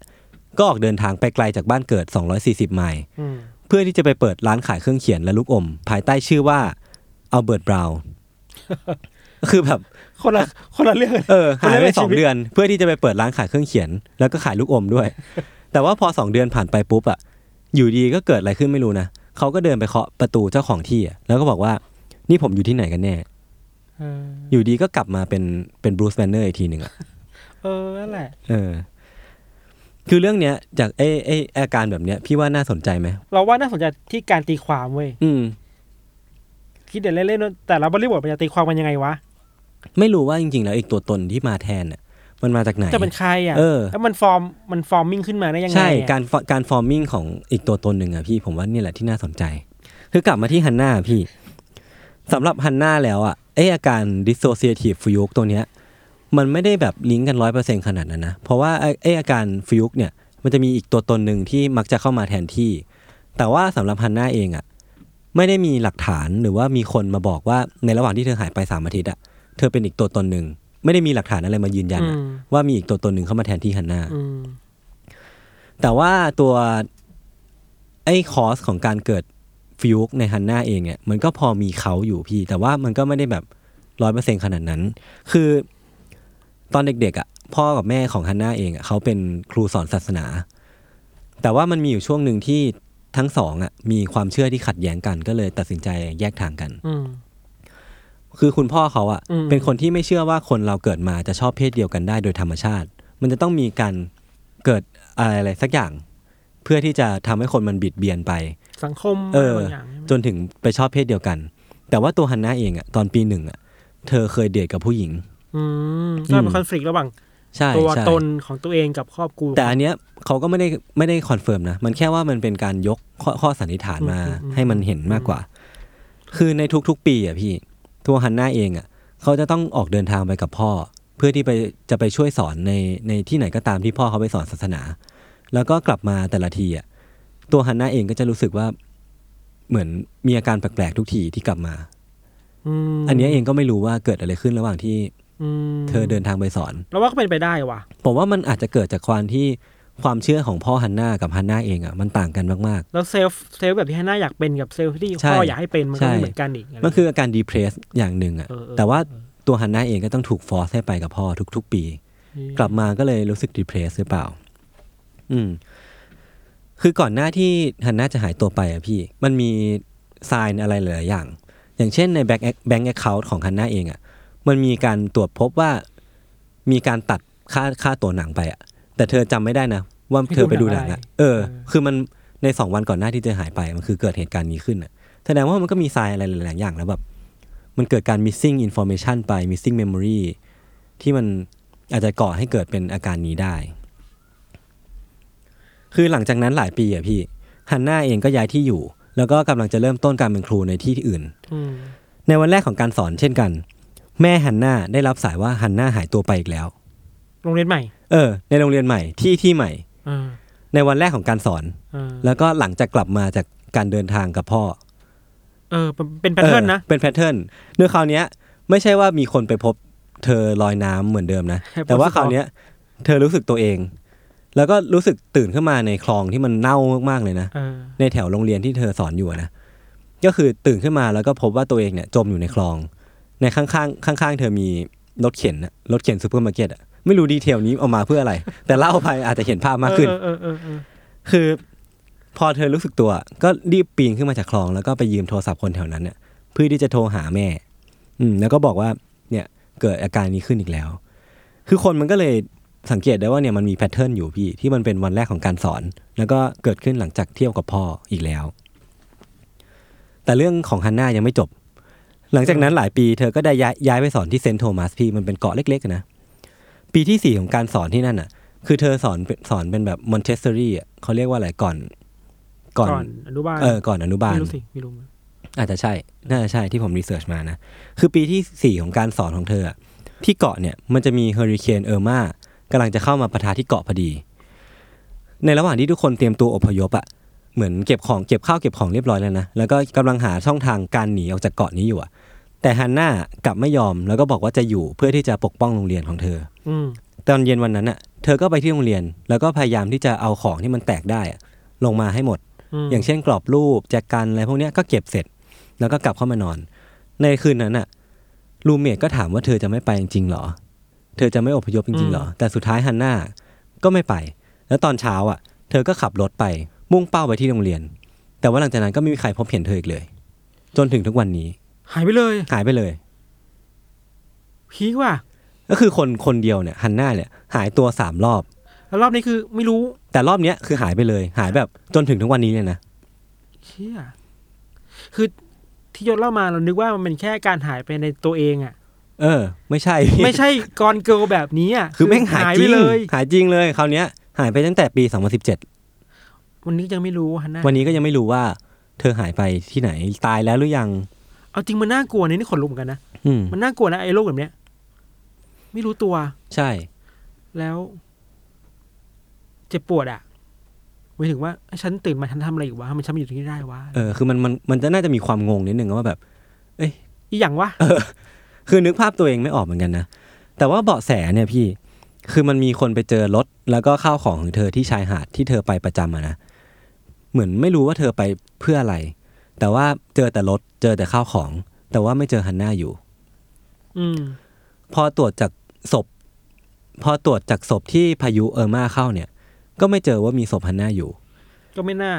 Speaker 2: ก็ออกเดินทางไปไกลจากบ้านเกิด 240 ไมล์
Speaker 3: อืม
Speaker 2: เพื่อที่จะไปเปิดร้านขายเครื่องเขียนและลูกอม ภายใต้ชื่อว่าอัลเบิร์ตบ ราวน์ คือแบบ
Speaker 3: คนละคนละเรื่องเลย
Speaker 2: เออหายไป
Speaker 3: คนละเรื่อง
Speaker 2: สอง
Speaker 3: ชีวิต
Speaker 2: เดือน เพื่อที่จะไปเปิดร้านขายเครื่องเขียน แล้วก็ขายลูกอมด้วย แต่ว่าพอสองเดือนผ่านไปปุ๊บอะอยู่ดีก็เกิดอะไรขึ้นไม่รู้นะเขาก็เดินไปเคาะประตูเจ้าของที่อะแล้วก็บอกว่า นี่ผมอยู่ที่ไหนกันแน่
Speaker 3: เออ
Speaker 2: อยู่ดีก็กลับมาเป็นเป็นบรูซแบนเนอร์อีกทีหนึ่งอะ
Speaker 3: เออนั่นแหละ
Speaker 2: เออ คือเรื่องเนี้ย จากไอ้ไอ้อาการแบบเนี้ย พี่ว่าน่าสนใจไหม
Speaker 3: เราว่าน่าสนใจที่การตีความเว้ย
Speaker 2: อืม
Speaker 3: คิดเดี๋ยวเล่นๆว่าแต่ละบริบทมันจะตีความมันยังไงวะ
Speaker 2: ไม่รู้ว่าจริงๆ แล้วอีกตัวตนที่มาแทนน่ะ มันมาจากไหน
Speaker 3: จะเป็นใครอ่ะ
Speaker 2: เออ
Speaker 3: แล้วมันฟอร์มมันฟอร์มมิ่งขึ้นมาได้ยังไง
Speaker 2: ใช่
Speaker 3: อะ
Speaker 2: การฟการฟอร์มมิ่งของอีกตัวตนหนึ่งอะพี่ผมว่านี่แหละที่น่าสนใจ คือกลับมาที่ฮันน่าพี่สำหรับฮันน่าแล้วอะไออาการ dissociative fugue ตัวเนี้ย มันไม่ได้แบบลิงก์กันร้อยเปอร์เซ็นขนาดนั้นนะ เพราะว่าไอ้ไออาการ fugue เนี่ย มันจะมีอีกตัวตนหนึ่งที่มักจะเข้ามาแทนที่ แต่ว่าสำหรับฮันน่าเองอะไม่ได้มีหลักฐานหรือว่ามีคนมาบอกว่าในระหว่างที่เธอหายไปสามอาทิตย์อะเธอเป็นอีกตัวตนหนึ่งไม่ได้มีหลักฐานอะไรมายืนยัน
Speaker 3: อื
Speaker 2: อะ
Speaker 3: ม
Speaker 2: ว่ามีอีกตัวตนหนึ่งเข้ามาแทนที่ฮันน่า
Speaker 3: อืม
Speaker 2: แต่ว่าตัวไอ้คอสของการเกิดฟิวกในฮันน่าเองเนี่ยมันก็พอมีเขาอยู่พี่ แต่ว่ามันก็ไม่ได้แบบร้อยเปอร์เซ็นขนาดนั้น คือตอนเด็กๆอะ่ะพ่อกับแม่ของฮันน่าเองอะเขาเป็นครูสอนศาสนา แต่ว่ามันมีอยู่ช่วงหนึ่งที่ทั้งสองอะ่ะมีความเชื่อที่ขัดแย้งกันก็เลยตัดสินใจแยกทางกัน
Speaker 3: อืม
Speaker 2: คือคุณพ่อเขาอะ
Speaker 3: อืม
Speaker 2: เป็นคนที่ไม่เชื่อว่าคนเราเกิดมาจะชอบเพศเดียวกันได้โดยธรรมชาติ มันจะต้องมีการเกิดอะไรอะไรสักอย่าง เพื่อที่จะทำให้คนมันบิดเบียนไป
Speaker 3: สังคม
Speaker 2: เอ
Speaker 3: อะ
Speaker 2: อ
Speaker 3: ไรบางอย่างใช่ไหม
Speaker 2: จนถึงไปชอบเพศเดียวกัน แต่ว่าตัวฮันน่าเองอะตอนปีหนึ่งอะเธอเคยเดทกับผู้หญิง
Speaker 3: อืมก็เป็นคอนฟ lict ระหว่าง
Speaker 2: ใช่
Speaker 3: ตัว
Speaker 2: ใช่
Speaker 3: ตนของตัวเองกับครอบครัว
Speaker 2: แต่อันเนี้ยเขาก็ไม่ได้ไม่ได้คอนเฟิร์มนะ มันแค่ว่ามันเป็นการยกข้อข้อสันนิษฐานมา
Speaker 3: อืมอืม
Speaker 2: ให้มันเห็นมากกว่า คือในทุกๆปีอะพี่ตัวฮันน่าเองอะเขาจะต้องออกเดินทางไปกับพ่อ เพื่อที่ไปจะไปช่วยสอนในในที่ไหนก็ตามที่พ่อเขาไปสอนศาสนา แล้วก็กลับมาแต่ละทีอะตัวฮันน่าเองก็จะรู้สึกว่าเหมือนมีอาการแปลกๆทุกทีที่กลับมา
Speaker 3: ม
Speaker 2: อันเนี้ยเองก็ไม่รู้ว่าเกิดอะไรขึ้นระหว่างที่
Speaker 3: อืม
Speaker 2: เธอเดินทางไปสอน
Speaker 3: เราว่าก็เป็นไปได้ว่ะ
Speaker 2: ผมว่ามันอาจจะเกิดจากความที่ความเชื่อของพ่อฮันน่ากับฮันน่าเองอ่ะมันต่างกันมาก
Speaker 3: แล้วเซลฟ์เซลฟ์แบบที่ฮันน่าอยากเป็นกับเซลฟ์ที่
Speaker 2: ใช่
Speaker 3: พ่ออยากให้เป็นมันก็
Speaker 2: ใช่
Speaker 3: ไม่เหมือนกันอีกะไร
Speaker 2: ๆ มันคืออาการดีเพรสอย่างหนึ่งอ่ะ
Speaker 3: เออเออ
Speaker 2: แต่ว่าตัวฮันน่าเองก็ต้องถูกฟอร์สให้ไปกับพ่อทุก ๆ ปี กลับมาก็เลยรู้สึกดีเพรสหรือเปล่า อืม คือก่อนหน้าที่ฮันน่าจะหายตัวไปอ่ะพี่ มันมีไซน์อะไรหลายๆอย่าง อย่างเช่นในแบงค์แบงค์แอคเคาท์ของฮันน่าเองอ่ะ มันมีการตรวจพบว่ามีการตัดค่าค่าตัวหนังไปอ่ะ แต่เธอจำไม่ได้นะ ว่าเธอไปดูหนัง
Speaker 3: ให้ดูหนังอะ
Speaker 2: อะไร เออ คือมันในสองวันก่อนหน้าที่เธอหายไป มันคือเกิดเหตุการณ์นี้ขึ้นอ่ะแสดงว่ามันก็มีทรายอะไรหลายๆอย่างแล้วแบบ มันเกิดการ missing information ไป missing memory ที่มันอาจจะก่อให้เกิดเป็นอาการนี้ได้ คือหลังจากนั้นหลายปีอ่ะพี่ฮันน่าเองก็ย้ายที่อยู่ แล้วก็กำลังจะเริ่มต้นการเป็นครูในที่อื่น
Speaker 3: อืม
Speaker 2: ในวันแรกของการสอนเช่นกัน แม่ฮันน่าได้รับสายว่าฮันน่าหายตัวไปอีกแล้ว
Speaker 3: โรงเรียนใหม่
Speaker 2: เออ ในโรงเรียนใหม่ที่ที่ใหม่
Speaker 3: อ่า
Speaker 2: ในวันแรกของการสอน
Speaker 3: อ่า
Speaker 2: แล้วก็หลังจากกลับมาจากการเดินทางกับพ่อ
Speaker 3: เออเป็นเป็นแพทเทิร์นนะ
Speaker 2: ออเป็นแพทเทิร์นเนื้อคราวเนี้ย ไม่ใช่ว่ามีคนไปพบเธอลอยน้ำเหมือนเดิมนะ
Speaker 3: ให้พบ
Speaker 2: แต่ว่า
Speaker 3: สุด
Speaker 2: คราวเนี้ย เธอรู้สึกตัวเอง แล้วก็รู้สึกตื่นขึ้นมาในคลองที่มันเน่ามากๆเลยนะ
Speaker 3: เออ
Speaker 2: ในแถวโรงเรียนที่เธอสอนอยู่อะนะ ก็คือตื่นขึ้นมาแล้วก็พบว่าตัวเองเนี่ยจมอยู่ในคลอง ในข้างๆข้างๆ เธอมีรถเข็นอะรถเข็นซูเปอร์มาร์เก็ตอะไม่รู้ดีเทลนี้เอามาเพื่ออะไร แต่เล่าไปอาจจะเห็นภาพมากขึ้น
Speaker 3: เออเออเออเออ
Speaker 2: คือพอเธอรู้สึกตัว ก็รีบปีนขึ้นมาจากคลองแล้วก็ไปยืมโทรศัพท์คนแถวนั้นเนี่ยเพื่อที่จะโทรหาแม่ อืมแล้วก็บอกว่าเนี่ยเกิดอาการนี้ขึ้นอีกแล้ว คือคนมันก็เลยสังเกตได้ว่าเนี่ยมันมีแพทเทิร์นอยู่พี่ที่มันเป็นวันแรกของการสอน แล้วก็เกิดขึ้นหลังจากเที่ยวกับพ่ออีกแล้ว แต่เรื่องของฮันน่ายังไม่จบ หลังจากนั้นหลายปีเธอก็ได้ย้ายย้ายไปสอนที่เซนต์โทมัสพี่มันเป็นเกาะเล็กๆนะปีที่สี่ของการสอนที่นั่นอ่ะ คือเธอสอนเป็นสอนเป็นแบบมอนเ e ส t อรี่ะเขาเรียกว่าอะไรก่อน ก่อน
Speaker 3: ก่อนอนุบาล
Speaker 2: เออก่อนอนุบาล
Speaker 3: ไม่รู้สิไม่รู้มั้ย
Speaker 2: อาจจะใช่ น่าจะใช่ที่ผมรีเสิร์ชมานะ คือปีที่ 4 ของการสอนของเธออะที่เกาะเนี่ยมันจะมีเฮอริเคนเออร์มากำลังจะเข้ามาประทาที่เกาะพอดี ในระหว่างที่ทุกคนเตรียมตัวอพยพอะเหมือนเก็บของเก็บข้าวเก็บของเรียบร้อยแล้วนะ แล้วก็กำลังหาช่องทางการหนีออกจากเกาะนี้อยู่อะแต่ฮันน่ากลับไม่ยอมแล้วก็บอกว่าจะอยู่เพื่อที่จะปกป้องโรงเรียนของเธอ
Speaker 3: อืม
Speaker 2: ตอนเย็นวันนั้นอะเธอก็ไปที่โรงเรียน แล้วก็พยายามที่จะเอาของที่มันแตกได้อะลงมาให้หมด
Speaker 3: ม
Speaker 2: อย่างเช่นกรอบรูปแจกันอะไรพวกเนี้ยก็เก็บเสร็จ แล้วก็กลับเข้ามานอน ในคืนนั้นน่ะรูเมทก็ถามว่าเธอจะไม่ไปจริงๆหรอ เธอจะไม่อพยพจริงๆหรอ แต่สุดท้ายฮันน่าก็ไม่ไป แล้วตอนเช้าอ่ะ เธอก็ขับรถไปมุ่งเป้าไปที่โรงเรียน แต่ว่าหลังจากนั้นก็ไม่มีใครพบเห็นเธออีกเลย จนถึงทุกวันนี้
Speaker 3: หายไปเลย
Speaker 2: หายไปเลย
Speaker 3: พีกว่ะ
Speaker 2: ก็คือคนคนเดียวเนี่ยฮันน่าเนี่ยหายตัวสามรอบ
Speaker 3: แล้วรอบนี้คือไม่รู้
Speaker 2: แต่รอบเนี้ยคือหายไปเลย หายแบบจนถึงทุกวันนี้เลยนะ
Speaker 3: เชี่ยคือที่ยศเล่ามาเรานึกว่ามันเป็นแค่การหายไปในตัวเอง อ่ะ
Speaker 2: เออ ไม่ใช่
Speaker 3: ไม่ใช่กอนเกิลแบบนี้อ่ะ
Speaker 2: คือแม่งหายจ
Speaker 3: ไป
Speaker 2: ริง
Speaker 3: เลย
Speaker 2: หายจริงเลยคราวเนี้ยหายไปตั้งแต่ปี 2017
Speaker 3: วันนี้ยังไม่รู้ฮันน่า
Speaker 2: วันนี้ก็ยังไม่รู้ว่า เธอหายไปที่ไหนตายแล้วหรือยัง
Speaker 3: เอาจริงมันน่ากลัวนี่นี่ขนลุกเหมือนกันนะ
Speaker 2: อืม
Speaker 3: มันน่ากลัวนะไอ้โรคแบบเนี้ย ไม่รู้ตัว
Speaker 2: ใช่
Speaker 3: แล้ว เจ็บปวดอ่ะหมายถึงว่าเอ้ยฉันตื่นมาฉันทำอะไรอยู่วะทำไมฉันมาอยู่ตรงนี้ได้วะ
Speaker 2: เออ คือมันมันมันจะน่าจะมีความงงนิดนึงว่าแบบ
Speaker 3: อีอย่างวะ
Speaker 2: คือนึกภาพตัวเองไม่ออกเหมือนกันนะ แต่ว่าเบาะแสเนี่ยพี่ คือมันมีคนไปเจอรถ แล้วก็ข้าวของของเธอที่ชายหาดที่เธอไปประจำอะนะ เหมือนไม่รู้ว่าเธอไปเพื่ออะไร แต่ว่าเจอแต่รถ เจอแต่ข้าวของ แต่ว่าไม่เจอฮันน่าอยู่
Speaker 3: อืม
Speaker 2: พอตรวจจากศพ พอตรวจจากศพที่พายุเออร์มาเข้าเนี่ย ก็ไม่เจอว่ามีศพฮันน่าอยู่
Speaker 3: ก็ไม่น่า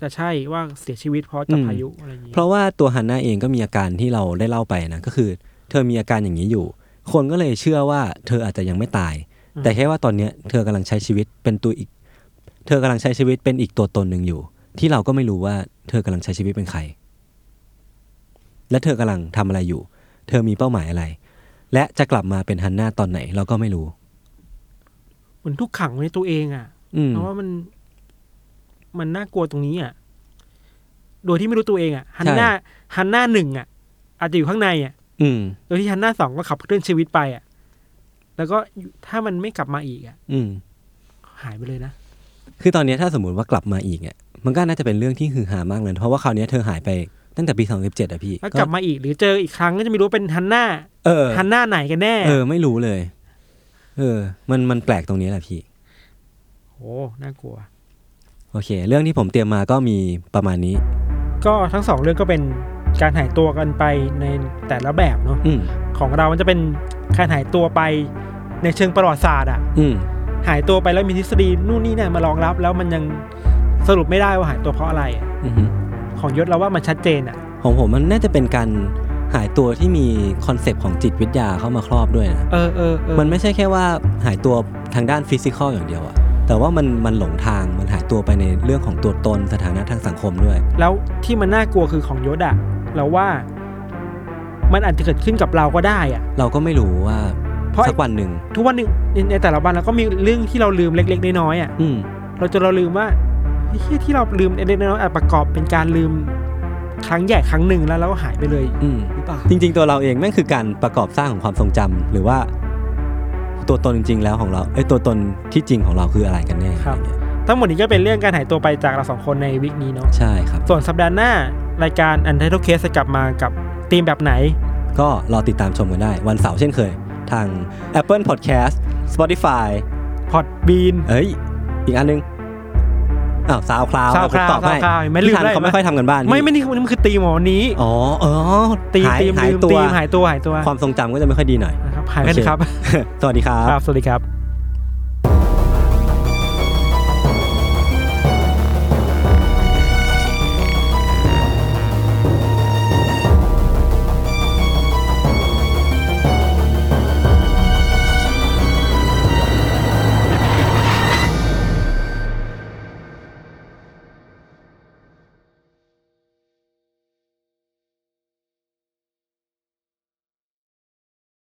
Speaker 3: จะใช่ว่าเสียชีวิตเพราะจาก
Speaker 2: อืม
Speaker 3: พายุอะไรอย่างนี้
Speaker 2: เพราะว่าตัวฮันน่าเองก็มีอาการที่เราได้เล่าไปนะก็คือ เธอมีอาการอย่างนี้อยู่ คนก็เลยเชื่อว่าเธออาจจะยังไม่ตาย แต่แค่ว่าตอนเนี้ยเธอกำลังใช้ชีวิตเป็นตัวอีก เธอกำลังใช้ชีวิตเป็นอีกตัวตนหนึ่งอยู่ ที่เราก็ไม่รู้ว่าเธอกำลังใช้ชีวิตเป็นใคร และเธอกำลังทำอะไรอยู่ เธอมีเป้าหมายอะไร และจะกลับมาเป็นฮันน่าตอนไหนเราก็ไม่รู้
Speaker 3: เหมือนทุกขังไว้ในตัวเองอ่ะ
Speaker 2: อืม
Speaker 3: เพราะว่ามัน มันน่ากลัวตรงนี้อ่ะ โดยที่ไม่รู้ตัวเองอ่ะฮันน่าฮันน่าหนึ่งอ่ะ อาจจะอยู่ข้างในอ่ะ
Speaker 2: อืม
Speaker 3: โดยที่ฮันน่าสองก็ขับเคลื่อนชีวิตไปอ่ะ แล้วก็อยู่ถ้ามันไม่กลับมาอีกอ่ะ
Speaker 2: อืม
Speaker 3: หายไปเลยนะ
Speaker 2: คือตอนเนี้ยถ้าสมมติว่ากลับมาอีกเนี่ยมันก็น่าจะเป็นเรื่องที่ฮือฮามากเลย เพราะว่าคราวเนี้ยเธอหายไปตั้งแต่ปี 2017อะพี่
Speaker 3: แล้วกลับมาอีกหรือเจออีกครั้งก็จะไม่รู้เป็นฮันน่า
Speaker 2: เออ
Speaker 3: ฮันน่าไหนกันแน่
Speaker 2: เออ ไม่รู้เลย เออ มันมันแปลกตรงนี้แหละพี่
Speaker 3: โอ้น่ากลัว
Speaker 2: โอเค เรื่องที่ผมเตรียมมาก็มีประมาณนี้
Speaker 3: ก็ทั้งสองเรื่องก็เป็นการหายตัวกันไปในแต่ละแบบเนาะ
Speaker 2: อืม
Speaker 3: ของเรามันจะเป็นการหายตัวไปในเชิงประวัติศาสตร์อะ
Speaker 2: อืม
Speaker 3: หายตัวไปแล้วมีทฤษฎีนู่นนี่นั่นมารองรับ แล้วมันยังสรุปไม่ได้ว่าหายตัวเพราะอะไรอะ
Speaker 2: อือฮึ
Speaker 3: ของยศเราว่ามันชัดเจนอะ
Speaker 2: ของผมมันน่าจะเป็นการหายตัวที่มีคอนเซปต์ของจิตวิทยาเข้ามาครอบด้วยนะ
Speaker 3: เออเออเออ
Speaker 2: มันไม่ใช่แค่ว่าหายตัวทางด้านฟิสิกอลอย่างเดียวอะ แต่ว่ามันมันหลงทางมันหายตัวไปในเรื่องของตัวตนสถานะทางสังคมด้วย
Speaker 3: แล้วที่มันน่ากลัวคือของยศอะเราว่ามันอาจจะเกิดขึ้นกับเราก็ได้อะ
Speaker 2: เราก็ไม่รู้ว่า
Speaker 3: เพราะ
Speaker 2: สักวันหนึ่ง
Speaker 3: ทุกวันหนึงในในแต่ละวันเราก็มีเรื่องที่เราลืมเล็กๆน้อยๆอะ
Speaker 2: อืม
Speaker 3: เราจะเราลืมว่าไอ้เหี้ยที่เราลืมเล็กๆน้อยๆอาจประกอบเป็นการลืมครั้งใหญ่ครั้งหนึ่งแล้วเราก็หายไปเลย
Speaker 2: อืม
Speaker 3: หรือเปล่า
Speaker 2: จริง ๆ ตัวเราเองแม่งคือการประกอบสร้างของความทรงจำหรือว่า ตัวตนจริง ๆ แล้วของเราเอ้ยตัวตนที่จริงของเราคืออะไรกันแน่อะไเงี้ย
Speaker 3: ทั้งหมดนี้ก็เป็นเรื่องการหายตัวไปจากเราสองคนในวิกนี้เนาะ
Speaker 2: ใช่ครับ
Speaker 3: ส่วนสัปดาห์หน้ารายการอันเทอร์เคสกลับมากับธีมแบบไหน
Speaker 2: ก็รอติดตามชมกันได้ วันเสาร์เช่นเคย ทาง Apple Podcast Spotify
Speaker 3: พอดบีน
Speaker 2: เอ้ย อีกอันนึง อ้าวซาวคลาว
Speaker 3: SoundCloud
Speaker 2: ตอบให้
Speaker 3: SoundCloud ไม่ลืม
Speaker 2: ที่ทาง
Speaker 3: ได้
Speaker 2: เขาไม่ค่อยทำกันบ้าน
Speaker 3: ไม่ไม่นี่มันคือตีมหมอนี้
Speaker 2: อ๋อเออ
Speaker 3: ตีม
Speaker 2: หาย
Speaker 3: ตีม
Speaker 2: หาย
Speaker 3: ลืม
Speaker 2: ตัว
Speaker 3: ตีมหายตัวหายตัว
Speaker 2: ความทรงจำก็จะไม่ค่อยดีหน่อย
Speaker 3: นะครับหายกัน
Speaker 2: โอเค
Speaker 3: ครับ
Speaker 2: สวัสดีครับ
Speaker 3: ครับ สวัสดีครับ